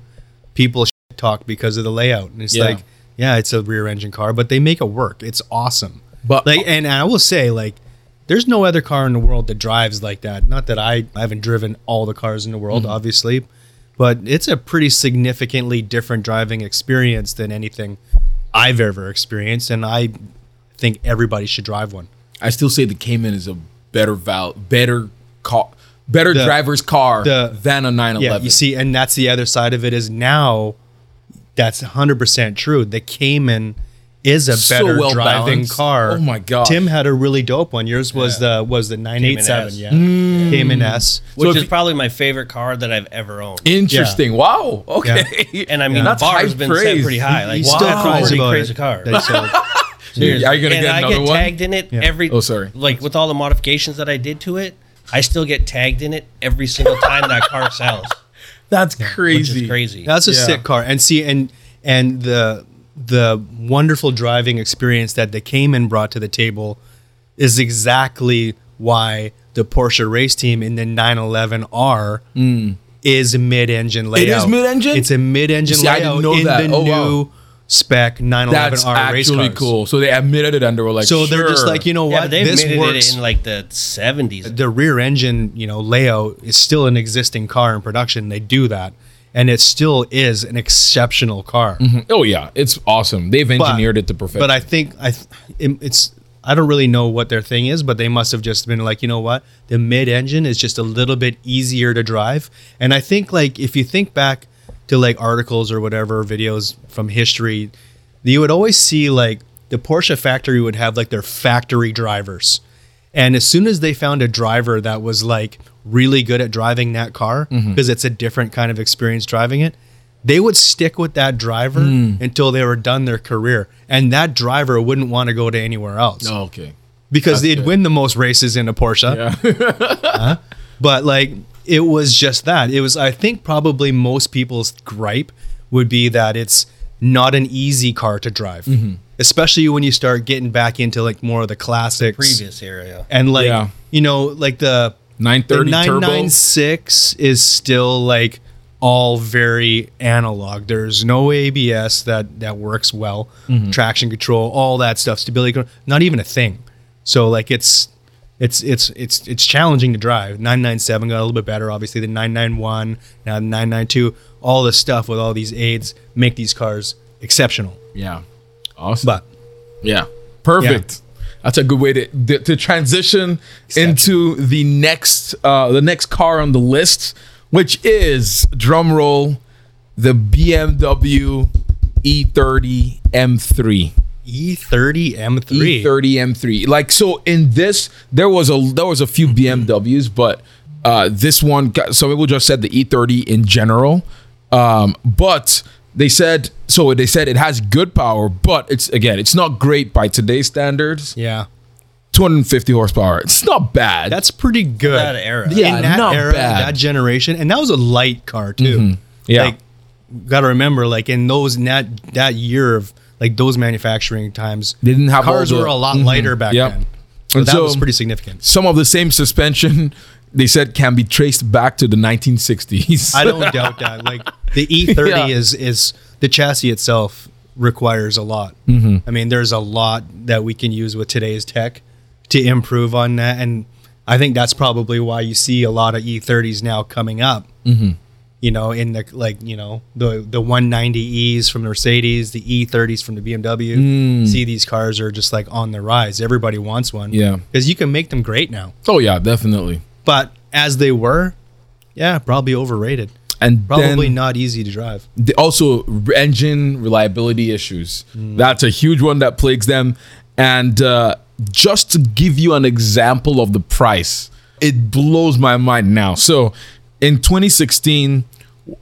C: people shit talk because of the layout, and it's
B: Yeah.
C: like, yeah, it's a rear engine car, but they make it work. It's awesome.
B: But-
C: like, and I will say, like, there's no other car in the world that drives like that. Not that I, I haven't driven all the cars in the world,
B: Mm-hmm.
C: obviously, but it's a pretty significantly different driving experience than anything I've ever experienced, and I think everybody should drive one.
B: I still say the Cayman is a better val, better car, better
C: The-
B: driver's car
C: the-
B: than a 911.
C: Yeah, you see, and that's the other side of it is now that's 100% true. The Cayman is a
B: So
C: better
B: well
C: driving
B: balanced.
C: car.
B: Oh my gosh.
C: Tim had a really dope one. Yours was the was the 987,
A: Cayman
C: yeah. Cayman S.
A: which
B: if
A: is
B: Mm. you-
A: probably my favorite car that I've ever owned
B: Interesting. Wow. Okay.
A: And I mean,
B: That's
A: the bar has
B: high
A: been set
B: praise.
A: pretty high. Like,
C: He's
A: wow,
C: still
A: that's a
C: cries
A: pretty
C: about
A: crazy
C: it.
A: car.
C: They sold-
A: Seriously.
B: Are you gonna
A: and
B: get
A: I
B: another
A: get
B: one?
A: tagged in it
C: Yeah.
A: every.
B: Oh, sorry.
A: Like with all the modifications that I did to it, I still get tagged in it every single time that car sells,
B: That's
A: which
B: crazy.
A: is crazy.
C: (laughs) That's a
B: Yeah.
C: sick car. And see, and and the the wonderful driving experience that the Cayman brought to the table is exactly why the Porsche race team in the 911R is mid-engine layout.
B: mid-engine?
C: It's a mid-engine
B: See, I didn't
C: layout
B: know
C: in
B: that.
C: the
B: Oh,
C: new
B: wow.
C: spec 911R
B: That's
C: race
B: actually
C: cars.
B: cool. So they admitted it and they were like,
C: So they're just
B: "Sure."
C: like, you know
A: yeah,
C: what?
A: but they've
C: this
A: made
C: works.
A: it in like the seventies.
C: the rear engine, you know, layout is still an existing car in production. They do that, and it still is an exceptional car.
B: oh yeah, it's awesome. They've
C: But-
B: engineered it to perfection.
C: But I think I, th- it- it's I don't really know what their thing is, but they must have just been like, you know what, the mid-engine is just a little bit easier to drive. And I think like if you think back to like articles or whatever videos from history, you would always see like the Porsche factory would have like their factory drivers. And as soon as they found a driver that was like really good at driving that car, because it's a different kind of experience driving it, they would stick with that driver until they were done their career. And that driver wouldn't want to go to anywhere else.
B: oh, okay.
C: because they'd win the most races in a Porsche. Huh? But like it was just that. It was I think probably most people's gripe would be that it's not an easy car to drive. Especially when you start getting back into like more of the classics
A: Previous area.
C: and like
B: Yeah.
C: you know like the the
B: 930 turbo.
C: 996 is still like all very analog there's no abs that that works well
B: Mm-hmm.
C: traction control all that stuff stability control, not even a thing so like it's it's it's it's it's challenging to drive 997 got a little bit better obviously the 991 now the 992 all this stuff with all these aids make these cars exceptional
B: Yeah. Awesome.
C: but
B: Yeah. Perfect. That's a good way to to, to transition into the next uh the next car on the list, which is drum roll, the BMW E E30 M3.
C: E e30 m3
B: E30 M3. Like so in this there was a there was a few BMWs, but uh this one got, some people just said the E30 in general. Um but they said so they said it has good power, but it's again, it's not great by today's standards.
C: yeah
B: 250 horsepower. It's not bad.
C: that's pretty good
A: That era.
B: Yeah.
C: in that
B: not
C: era,
B: bad. Mm-hmm.
C: that generation, and that was a light car too.
B: Yeah.
C: like, got to remember, like in those in that that year of like those manufacturing times,
B: They didn't have all
C: cars
B: the- Mm-hmm.
C: were a lot lighter back
B: Yep.
C: then. So
B: And
C: that
B: so-
C: was pretty significant.
B: Some of the same suspension they said can be traced back to the 1960s.
C: I don't doubt that. Like the E30
B: Yeah.
C: is is the chassis itself requires a lot.
B: Mm-hmm.
C: I mean, there's a lot that we can use with today's tech to improve on that, and I think that's probably why you see a lot of E30s now coming up.
B: Mm-hmm.
C: You know, in the like, you know, the the 190es from the Mercedes, the E30s from the BMW.
B: Mm.
C: See, these cars are just like on the rise. Everybody wants one.
B: Yeah.
C: because you can make them great now.
B: (laughs) oh yeah, definitely.
C: But as they were, yeah, probably overrated.
B: And
C: Probably
B: then,
C: not easy to drive.
B: the, also re- engine reliability issues. That's a huge one that plagues them. And uh, just to give you an example of the price, it blows my mind now. So in 2016,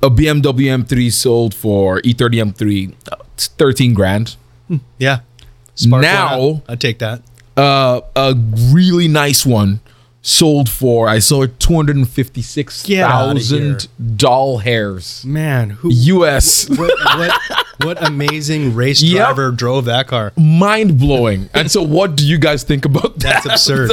B: a BMW M3 sold for E E30 M3 uh, 13 grand.
C: Yeah. Spark one
B: Now-
C: up. I'd take that.
B: Uh, a really nice one sold for I saw it two hundred and fifty six thousand doll hairs
C: Man, who
B: U.S.
C: what, what what amazing race
B: Yep.
C: driver drove that car?
B: mind blowing. And so, what do you guys think about that?
C: That's absurd.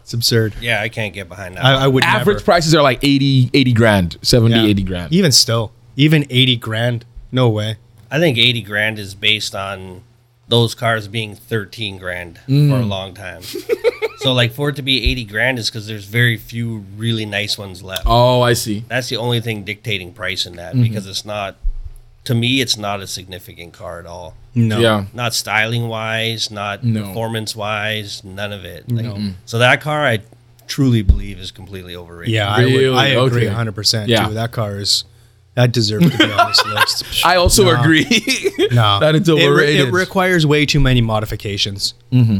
C: it's absurd.
A: Yeah, I can't get behind that.
C: I, I would
B: Average
C: never.
B: prices are like 80, 80 grand, 70,
C: Yeah.
B: 80 grand.
C: Even still, even eighty grand. No way.
A: I think 80 grand is based on those cars being 13 grand for
B: Mm.
A: a long time. so like for it to be 80 grand is cuz there's very few really nice ones left.
B: Oh, I see.
A: That's the only thing dictating price in that
C: Mm-hmm.
A: because it's not to me it's not a significant car at all.
C: No.
B: Yeah.
A: Not styling wise, not
B: No.
A: performance wise, none of it. Like,
C: Mm-hmm.
A: So that car I truly believe is completely overrated.
C: Yeah, I
B: Really?
C: would. I agree,
B: Okay.
C: one hundred percent.
B: Yeah.
C: too. that car is. That deserved to be on this list.
B: (laughs) I also
C: No. (laughs)
B: agree
C: No,
B: that it's
C: It re-
B: overrated.
C: It, requires way too many modifications. Mm-hmm.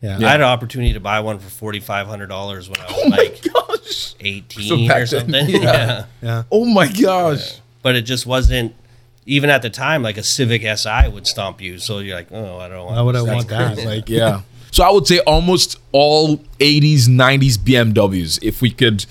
C: Yeah.
A: I had an opportunity to buy one for forty five hundred dollars when I
C: (laughs)
A: was like
B: Oh Gosh. So
A: eighteen
B: back
A: or
B: then,
A: something.
B: yeah.
A: (laughs) yeah.
B: Oh my gosh.
A: but it just wasn't even at the time like a Civic SI would stomp you. So you're like, oh, I don't want.
C: Why would I
A: this.
C: want that?
A: crazy.
C: Like,
B: Yeah. So I would say almost all 80s, 90s BMWs, if we could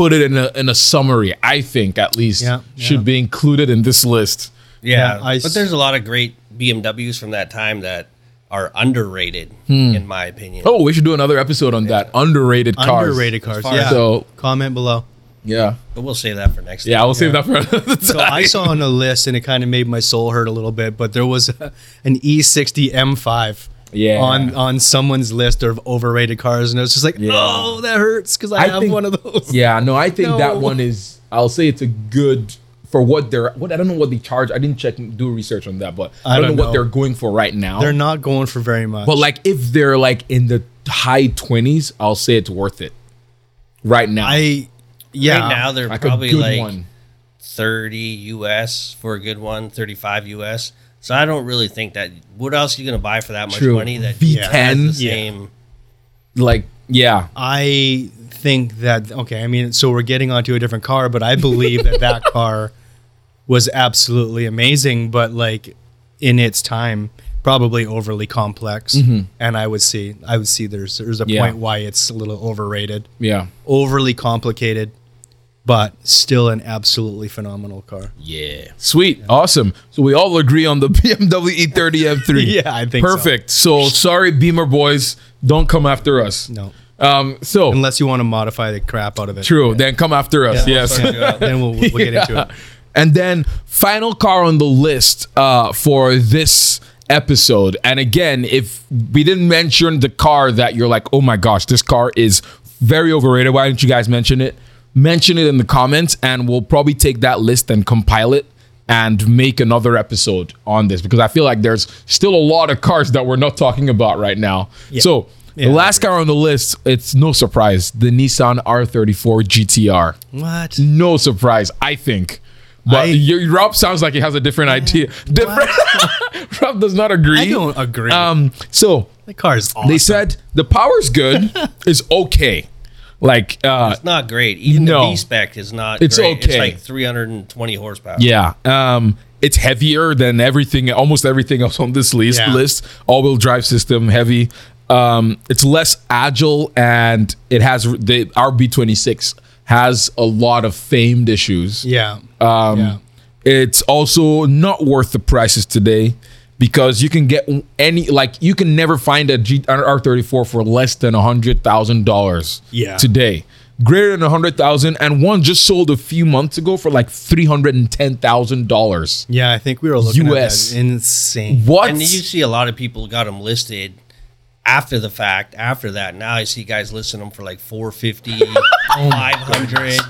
B: put it in a in a summary, I think at least
C: Yeah,
B: should
C: yeah.
B: be included in this list.
A: yeah.
C: Yeah, I
A: but
C: s-
A: there's a lot of great BMWs from that time that are underrated, in my opinion.
B: Oh, we should do another episode on that. Underrated cars.
C: underrated cars.
A: far
C: yeah.
A: as-
B: So
C: comment below.
B: yeah.
A: But we'll save that for next.
B: Yeah,
A: time.
B: I will save that for another time.
C: (laughs) So I saw on a list, and it kind of made my soul hurt a little bit. But there was a, an E E60 M5
B: Yeah.
C: on on someone's list of overrated cars, and it was just like,
B: Yeah.
C: oh, that hurts because I,
B: I
C: have
B: think-
C: one of those.
B: Yeah, no, I think that
C: No.
B: one is. I'll say it's a good for what they're. What I don't know what they charge. I didn't check do research on that, but I,
C: I
B: don't know,
C: don't
B: what
C: know.
B: they're going for right now.
C: They're not going for very much.
B: but like if they're like in the high twenties, I'll say it's worth it. Right now,
C: I, yeah,
A: Right now they're
B: like
A: probably
B: a good
A: like
B: one.
A: 30 US for a good one, 35 US. So I don't really think that. What else are you going to buy for that much
B: True.
A: money? That
B: V10?
A: has the
B: Yeah.
A: same.
B: Like yeah,
C: I think that okay. I mean, so we're getting onto a different car, but I believe that
B: (laughs)
C: that car was absolutely amazing. But like in its time, probably overly complex. And I would see, I would see there's there's a
B: Mm-hmm. Yeah.
C: point why it's a little overrated,
B: Yeah.
C: overly complicated, but still an absolutely phenomenal car.
A: Yeah.
B: Sweet. Awesome. So we all agree on the (laughs) BMW E30 M3.
C: (laughs) Yeah, I think so.
B: Perfect. So. sorry, Beamer boys, don't come after us.
C: No,
B: Um, so
C: unless you want to modify the crap out of it.
B: true. Then come after us.
C: Yeah,
B: yes.
C: sorry, Joel. then we'll, we'll get
B: (laughs)
C: into it.
B: And then final car on the list uh, for this episode. And again, if we didn't mention the car that you're like, oh my gosh, this car is very overrated. Why didn't you guys mention it? Mention it in the comments, and we'll probably take that list and compile it and make another episode on this because I feel like there's still a lot of cars that we're not talking about right now. So
C: Yeah,
B: the
C: I
B: last car on the list, it's no surprise, the Nissan R34 GTR
C: What?
B: no surprise, I think. But
C: I-
B: your Rob sounds like he has a different idea. (laughs) Different. (laughs) Rob does not agree.
C: I don't agree.
B: Um, so
C: the car's awesome.
B: they said the power's
C: (laughs)
B: good, is okay. Like, uh,
A: It's not great. Even
B: No.
A: the B spec is not.
B: It's
A: great. It's
B: okay.
A: like 320 horsepower.
B: yeah, um, it's heavier than everything, almost everything else on this list.
C: Yeah.
B: List all-wheel drive system, heavy. Um, it's less agile, and it has the RB26 has a lot of famed issues.
C: yeah.
B: Um,
C: Yeah.
B: It's also not worth the prices today because you can get any like you can never find a G- an R34 for less than a hundred thousand dollars.
C: Yeah.
B: today greater than a hundred thousand, and one just sold a few months ago for like three hundred and ten thousand dollars.
C: Yeah, I think we were looking
B: US.
C: at that. Insane.
B: What?
A: And you see a lot of people got them listed after the fact, after that. Now I see guys listing them for like
B: (laughs)
A: 450, 500.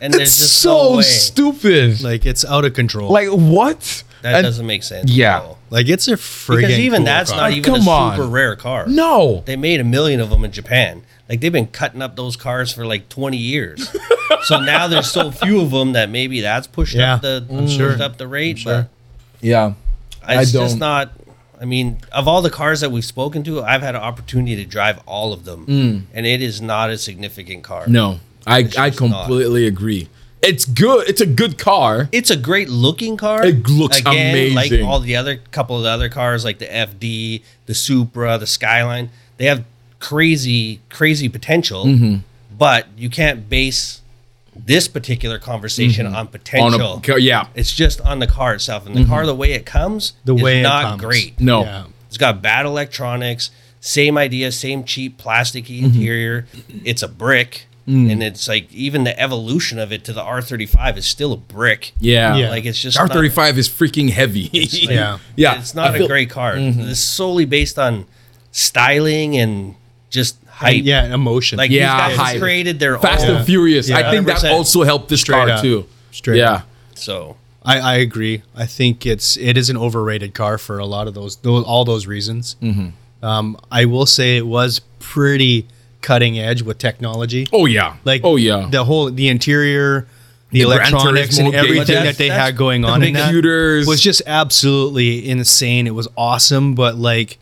A: And there's
B: Oh It's
A: just
B: so
A: no way.
B: stupid. Like,
C: Like it's out of control.
B: what?
A: that
B: And-
A: doesn't make sense.
B: Yeah.
A: at all.
C: like it's a freaking
A: Because even
C: cool
A: that's
C: car.
A: not
B: Like,
A: even a
B: come on.
A: super rare car.
B: no.
A: They made a million of them in Japan. Like they've been cutting up those cars for like 20
B: (laughs)
A: years. so now there's so few of them that maybe that's pushed up
C: Yeah,
A: the
C: I'm
B: Mm.
A: pushed
C: sure.
A: up the rate.
C: sure.
B: Yeah.
A: But
B: I
A: it's
B: don't-
A: just not. I mean, of all the cars that we've spoken to, I've had an opportunity to drive all of them, and it is not a significant car.
B: Mm. No. I I
A: just not.
B: completely agree. It's good. It's a good car.
A: It's a great looking car.
B: It looks
A: Like
B: amazing.
A: all the other couple of the other cars, like the FD, the Supra, the Skyline, they have crazy, crazy potential.
B: Mm-hmm.
A: But you can't base this particular conversation on
B: Mm-hmm. On
A: potential.
B: a Mm-hmm. ca- yeah.
A: It's just on the car itself, and the car, the way it comes,
C: the way
A: is not
C: it comes.
A: great.
B: No.
C: Yeah.
A: It's got bad electronics, same idea, same cheap
B: Mm-hmm.
A: plasticky interior. It's a brick.
B: Mm.
A: And it's like even the evolution of it to the R35 is still a brick.
B: Yeah.
C: Yeah.
A: Like it's just
B: R
A: not-
B: thirty five is freaking heavy.
C: Yeah.
B: (laughs) yeah.
A: It's not
B: I feel- Mm-hmm.
A: a great car. It's solely based on styling and just hype.
C: Yeah, and emotion.
A: Like
B: Yeah,
A: these guys
B: hype.
A: created their
B: Fast
A: own.
B: and Furious.
C: Yeah.
B: I think that
A: 100%.
B: also helped this
C: Straight
B: car
C: up.
B: too.
C: Straight
B: yeah.
C: up.
A: so
C: I, I agree. I think it's it is an overrated car for a lot of those, those all those reasons.
B: Mm-hmm.
C: Um, I will say it was pretty cutting edge with technology.
B: Oh yeah.
C: Like
B: oh yeah.
C: the whole the interior, the,
B: Gran
C: electronics,
B: Turismo
C: and
B: gauges.
C: everything
A: That's-
C: that they
A: that's
C: had going
A: the
C: on in that
B: computers.
C: was just absolutely insane. It was awesome, but like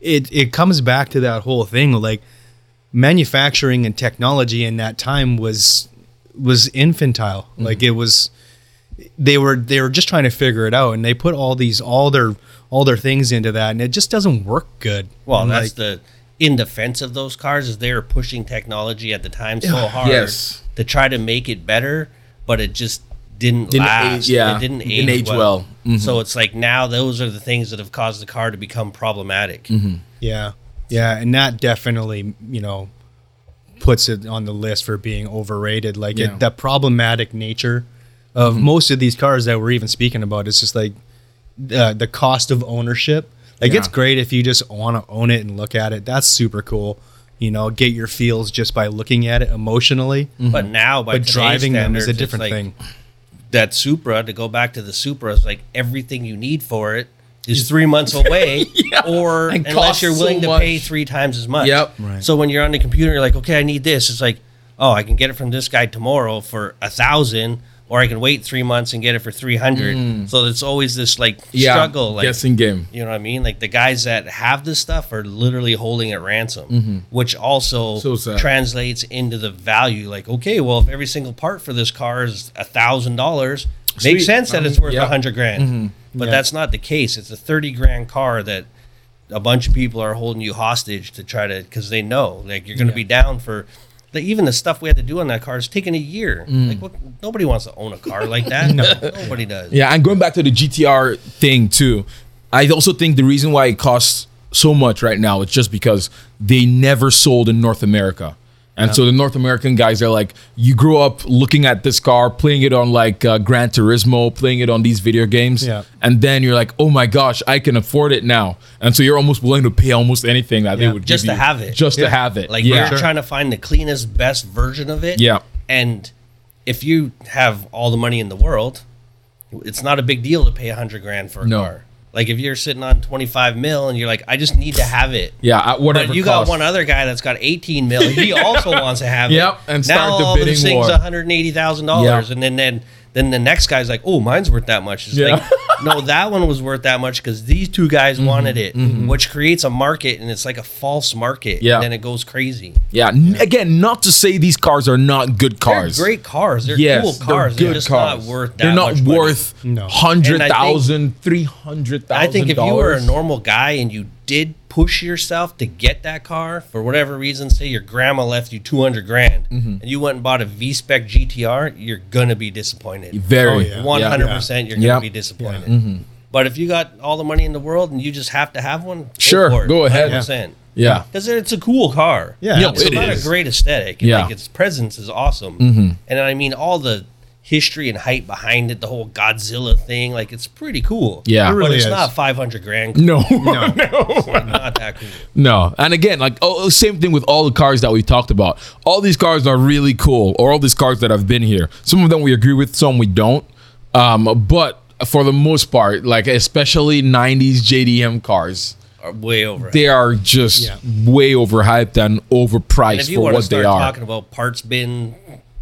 C: it it comes back to that whole thing like manufacturing and technology in that time was was infantile. Like it was they were they were just trying to figure it out and they put all these all their all their things into that and it just doesn't work good.
A: well,
C: And,
A: that's
C: like,
A: the in defense of those cars is they were pushing technology at the time so hard
B: Yes.
A: to try to make it better, but it just didn't,
B: Didn't
A: last.
B: age- yeah.
A: it didn't age,
B: Didn't age
A: well.
B: well.
C: Mm-hmm.
A: So it's like now those are the things that have caused the car to become problematic.
C: Mm-hmm. yeah. Yeah, and that definitely, you know, puts it on the list for being overrated. Like
B: Yeah. Mm-hmm.
C: it, that problematic nature of most of these cars that we're even speaking about. It's just like uh, the cost of ownership. Like it's
B: Yeah.
C: great if you just want to own it and look at it. That's super cool. You know, get your feels just by looking at it emotionally.
B: Mm-hmm.
A: But now by
C: But driving them is a different thing.
A: that Supra to go back to the Supra is like everything you need for it is three
B: (laughs)
A: months away, or
B: And
A: unless
B: costs
A: you're willing
B: so
A: to pay
B: much.
A: three times as much.
B: Yep.
C: Right.
A: So when you're on the computer, you're like, okay, I need this. It's like, oh, I can get it from this guy tomorrow for a thousand, or I can wait three months and get it for three hundred. So it's always this like
B: Mm. yeah.
A: struggle, like
B: guessing game.
A: you know what I mean? Like the guys that have this stuff are literally holding it ransom, which also
B: So sad.
A: translates into the value. Like, okay, well, if every single part for this car is a thousand dollars, Makes sense that it's worth a
B: Um, yeah.
A: hundred grand, but that's not the case. It's a thirty grand car that a bunch of people are holding you hostage to try to because they know like you're going to be down for. The, even the stuff we had to do on that car is taking a year. Like what, nobody wants to own a car like that. Nobody does.
B: Yeah, and going back to the GTR thing too, I also think the reason why it costs so much right now is just because they never sold in North America. And so the North American guys are like, you grew up looking at this car, playing it on like uh, Gran Turismo, playing it on these video games.
C: Yeah.
B: And then you're like, oh my gosh, I can afford it now. And so you're almost willing to pay almost anything that
C: Yeah.
B: they would
A: Just to
B: give you
A: have it.
B: Just
C: Yeah.
B: to have it.
A: Like
B: yeah.
A: you're trying to find the cleanest, best version of it.
B: Yeah.
A: And if you have all the money in the world, it's not a big deal to pay a hundred grand for a
B: No.
A: car. Like if you're sitting on twenty five mil and you're like, I just need to have it.
B: yeah, at whatever
A: But you
B: cost.
A: got one other guy that's got eighteen mil.
B: (laughs)
A: He also wants to have it.
B: Yep, and
A: now
B: start the
A: all of a
B: bidding
A: sudden
B: war.
A: it's one hundred eighty thousand dollars,
B: Yeah.
A: and then then then the next guy's like, "Oh, mine's worth that much." It's
B: Yeah. (laughs) Mm-hmm.
A: like, no, that one was worth that much because these two guys wanted it, which creates a market, and it's like a false market.
B: Yeah.
A: and then it goes crazy.
B: yeah. N- Again, not to say these cars are not good cars.
A: They're great cars. They're
B: yes,
A: cool cars. They're,
B: They're good
A: just
B: cars.
A: not worth that
B: They're not
A: much money.
B: worth
C: No.
B: hundred
A: And I think-
B: thousand, three hundred
A: I
B: thousand.
A: think if you were a normal guy and you did push yourself to get that car for whatever reason, say your grandma left you 200 grand
B: Mm-hmm.
A: and you went and bought a V Spec GTR, you're going to be disappointed.
B: very Mm-hmm.
C: Oh, yeah.
A: 100% you're going to
B: Yeah.
A: be disappointed. But if you got all the money in the world and you just have to have one, go
B: Sure,
A: for it,
B: go ahead.
A: 100%. (laughs)
B: yeah.
A: Because it's a cool car.
C: Yeah, Yeah,
A: it's
B: it
A: got
B: is.
A: a great aesthetic.
B: Yeah.
A: Yeah. Like its presence is awesome. And I mean, all the history and hype behind it, the whole Godzilla thing, like it's pretty cool.
B: Yeah. It
C: really
A: but it's
C: is.
A: not 500 grand.
B: (laughs) No,
C: No.
A: It's not that cool.
B: no. And again, like oh, same thing with all the cars that we talked about. All these cars are really cool, or all these cars that have been here. Some of them we agree with, some we don't. Um, but for the most part, like especially '90s JDM cars,
A: Or Way over.
B: they are just
C: Yeah.
B: way overhyped
A: and
B: and
A: if
B: overpriced
A: you
B: for
A: want to
B: what
A: start
B: they are.
A: talking about parts bin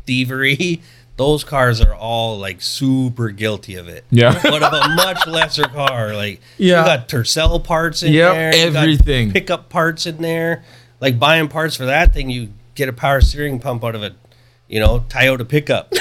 A: thievery, (laughs) those cars are all like super guilty of it.
B: Yeah.
A: (laughs) But of a much lesser car, like
B: Yeah.
A: you got Tercel parts in
B: Yep,
A: there, you got
B: everything.
A: pickup parts in there. Like buying parts for that thing, you get a power steering pump out of it. You know, Toyota
B: (laughs)
A: pickup,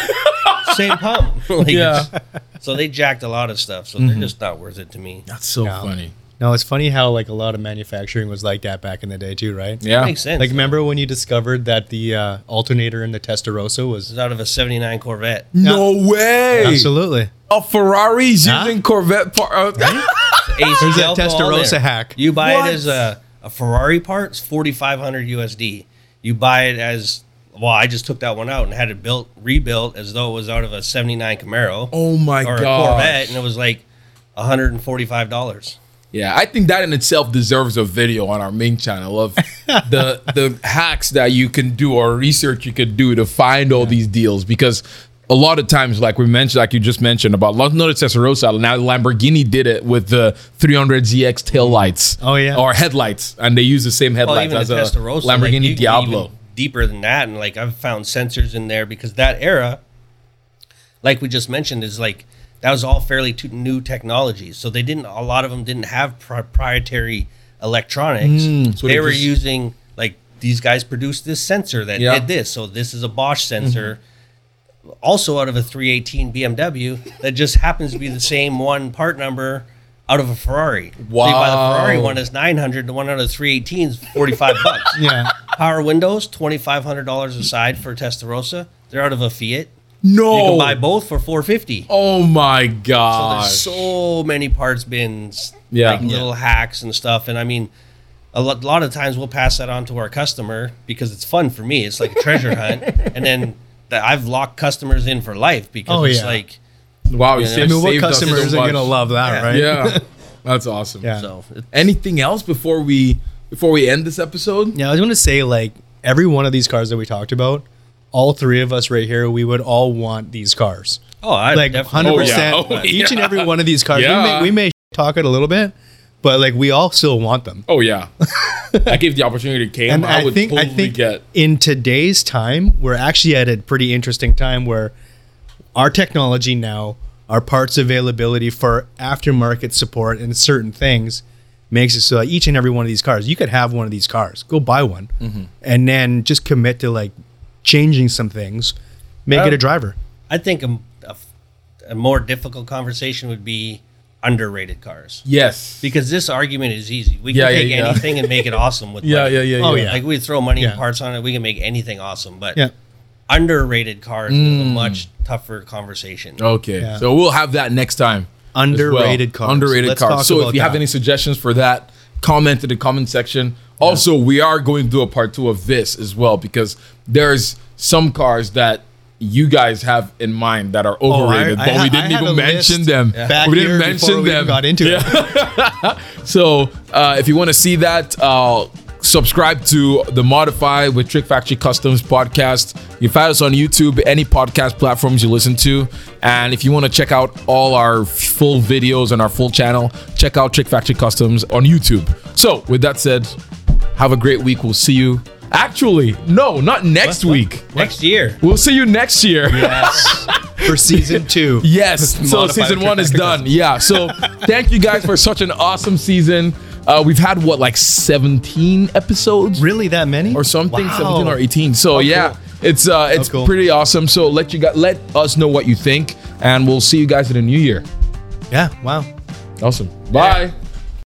A: same pump. (laughs) Like,
B: Yeah. Mm-hmm.
A: So they jacked a lot of stuff. So they're just not worth it to me.
B: That's so
C: No.
B: funny.
C: No, it's funny how like a lot of manufacturing was like that back in the day too, right?
B: Yeah.
A: Makes sense.
C: Like remember when you discovered that the uh, alternator in the Testarossa
A: It
C: was
A: was out of a '79 Corvette.
B: No way.
C: absolutely
B: A Ferrari's
C: Huh?
B: using Corvette uh, part.
A: Ace
C: There's
A: Delco
C: that
A: all
C: Testarossa
A: there.
C: hack.
A: You buy
B: What?
A: it as a, a Ferrari part, it's 4500 USD. You buy it as well, I just took that one out and had it built rebuilt as though it was out of a 79 Camaro
B: (laughs) oh my
A: or a
B: god.
A: Corvette and it was like $145.
B: Yeah, I think that in itself deserves a video on our main channel
A: (laughs)
B: of the the hacks that you can do or research you could do to find all these deals because a lot of times, like we mentioned, like you just mentioned about not the Testarossa, now Lamborghini did it with the 300 ZX taillights.
C: Oh, yeah.
B: or headlights, and they use the same
A: Mm. Well,
B: headlights
A: even
B: as
A: the
B: a
A: Testarossa like,
B: Lamborghini
A: you can
B: Diablo.
A: even Deeper than that and like I've found sensors in there because that era like we just mentioned is like that was all fairly t- new technology. So they didn't a lot of them didn't have proprietary electronics.
B: so
A: they
B: they
A: were
B: just-
A: using like these guys produced this sensor that
B: Yeah. Mm-hmm.
A: did this. So this is a Bosch sensor. Also out of a 318 BMW that just happens to be the same one part number out of a Ferrari. So you buy
B: Wow.
A: the Ferrari one is 900, the one out of the 318 is 45
B: (laughs)
A: bucks.
C: (laughs) yeah
A: Power windows, $2500 aside for Testarossa. They're out of a Fiat.
B: no,
A: You can buy both for 450.
B: oh my
A: So
B: god.
A: there's so many parts bins,
B: Yeah.
A: like little hacks and stuff. And I mean, a lot, lot of times we'll pass that on to our customer because it's fun for me. It's like a treasure
B: (laughs)
A: hunt. And then that I've locked customers in for life because
C: Oh,
A: it's
C: yeah.
A: like,
B: wow, you
A: I
B: saved-
C: I mean, what
B: saved us
C: customer
B: so
C: isn't
B: much.
C: gonna love that,
A: Yeah.
C: right? (laughs)
B: Yeah, that's awesome.
C: Yeah.
A: so it's-
B: Anything else before we before we end this episode?
C: Yeah, I was gonna say like every one of these cars that we talked about, all three of us right here, we would all want these cars.
A: oh, I
C: like
A: definitely.
C: hundred percent.
B: Oh, yeah. Oh,
C: Each and
B: yeah.
C: every one of these cars,
B: Yeah.
C: we, may, we may talk it a little bit, but like we all still want them.
B: Oh yeah, I gave the opportunity to Cam.
C: And
B: Um, I,
C: I,
B: would
C: think
B: totally
C: I think
B: get.
C: in today's time, we're actually at a pretty interesting time where our technology now, our parts availability for aftermarket support and certain things makes it so that each and every one of these cars, you could have one of these cars, go buy one,
B: Mm-hmm.
C: and then just
B: Uh,
A: Oh,
C: commit to like changing some things, make it a driver.
A: I think a, a, a more difficult conversation would be underrated cars
B: Yes.
A: because this argument is easy. We can
B: Yeah, yeah,
A: take
B: yeah.
A: anything and make it
B: (laughs)
A: awesome with
B: Yeah,
A: money.
B: yeah, yeah,
C: Oh,
B: yeah.
C: yeah.
A: Like we throw money
C: Yeah.
A: and parts on it, we can make anything awesome. But
C: Yeah.
A: underrated cars is a
B: Mm.
A: much tougher conversation.
B: Okay.
C: Yeah.
B: So we'll have that next time. as well.
C: Underrated cars.
B: Underrated
C: Let's
B: cars.
C: talk
B: So if
C: about
B: you have
C: that.
B: any suggestions for that, comment in the comment section. Also, we are going to do a part two of this as well because there's some cars that you guys have in mind that are
C: Oh, I-
B: overrated,
C: I
B: but
C: ha-
B: we
C: I
B: didn't
C: had a
B: even mention
C: list
B: them.
C: Back
B: we didn't
C: here before
B: mention
C: we even
B: them.
C: got into it.
B: So uh, if you want to see that, uh, subscribe to the Modify with Trick Factory Customs podcast. You can find us on YouTube, any podcast platforms you listen to. And if you want to check out all our full videos and our full channel, check out Trick Factory Customs on YouTube. So with that said, have a great week. We'll see you. Actually, no, not next week.
A: Next year.
B: We'll see you next year.
C: Yes. For season
B: (laughs)
C: two.
B: Yes. So
C: Modified
B: season one is
C: trifecta.
B: done. Yeah.
C: (laughs)
B: So thank you guys for such an awesome season. Uh, we've had what like 17 episodes
C: Really that many?
B: or something,
C: Wow. Oh,
B: 17 or 18. So yeah,
C: cool. Oh,
B: it's uh, it's
C: cool.
B: pretty awesome. So let you guys let us know what you think, and we'll see you guys in the new year.
C: Yeah, wow.
B: Awesome. Bye.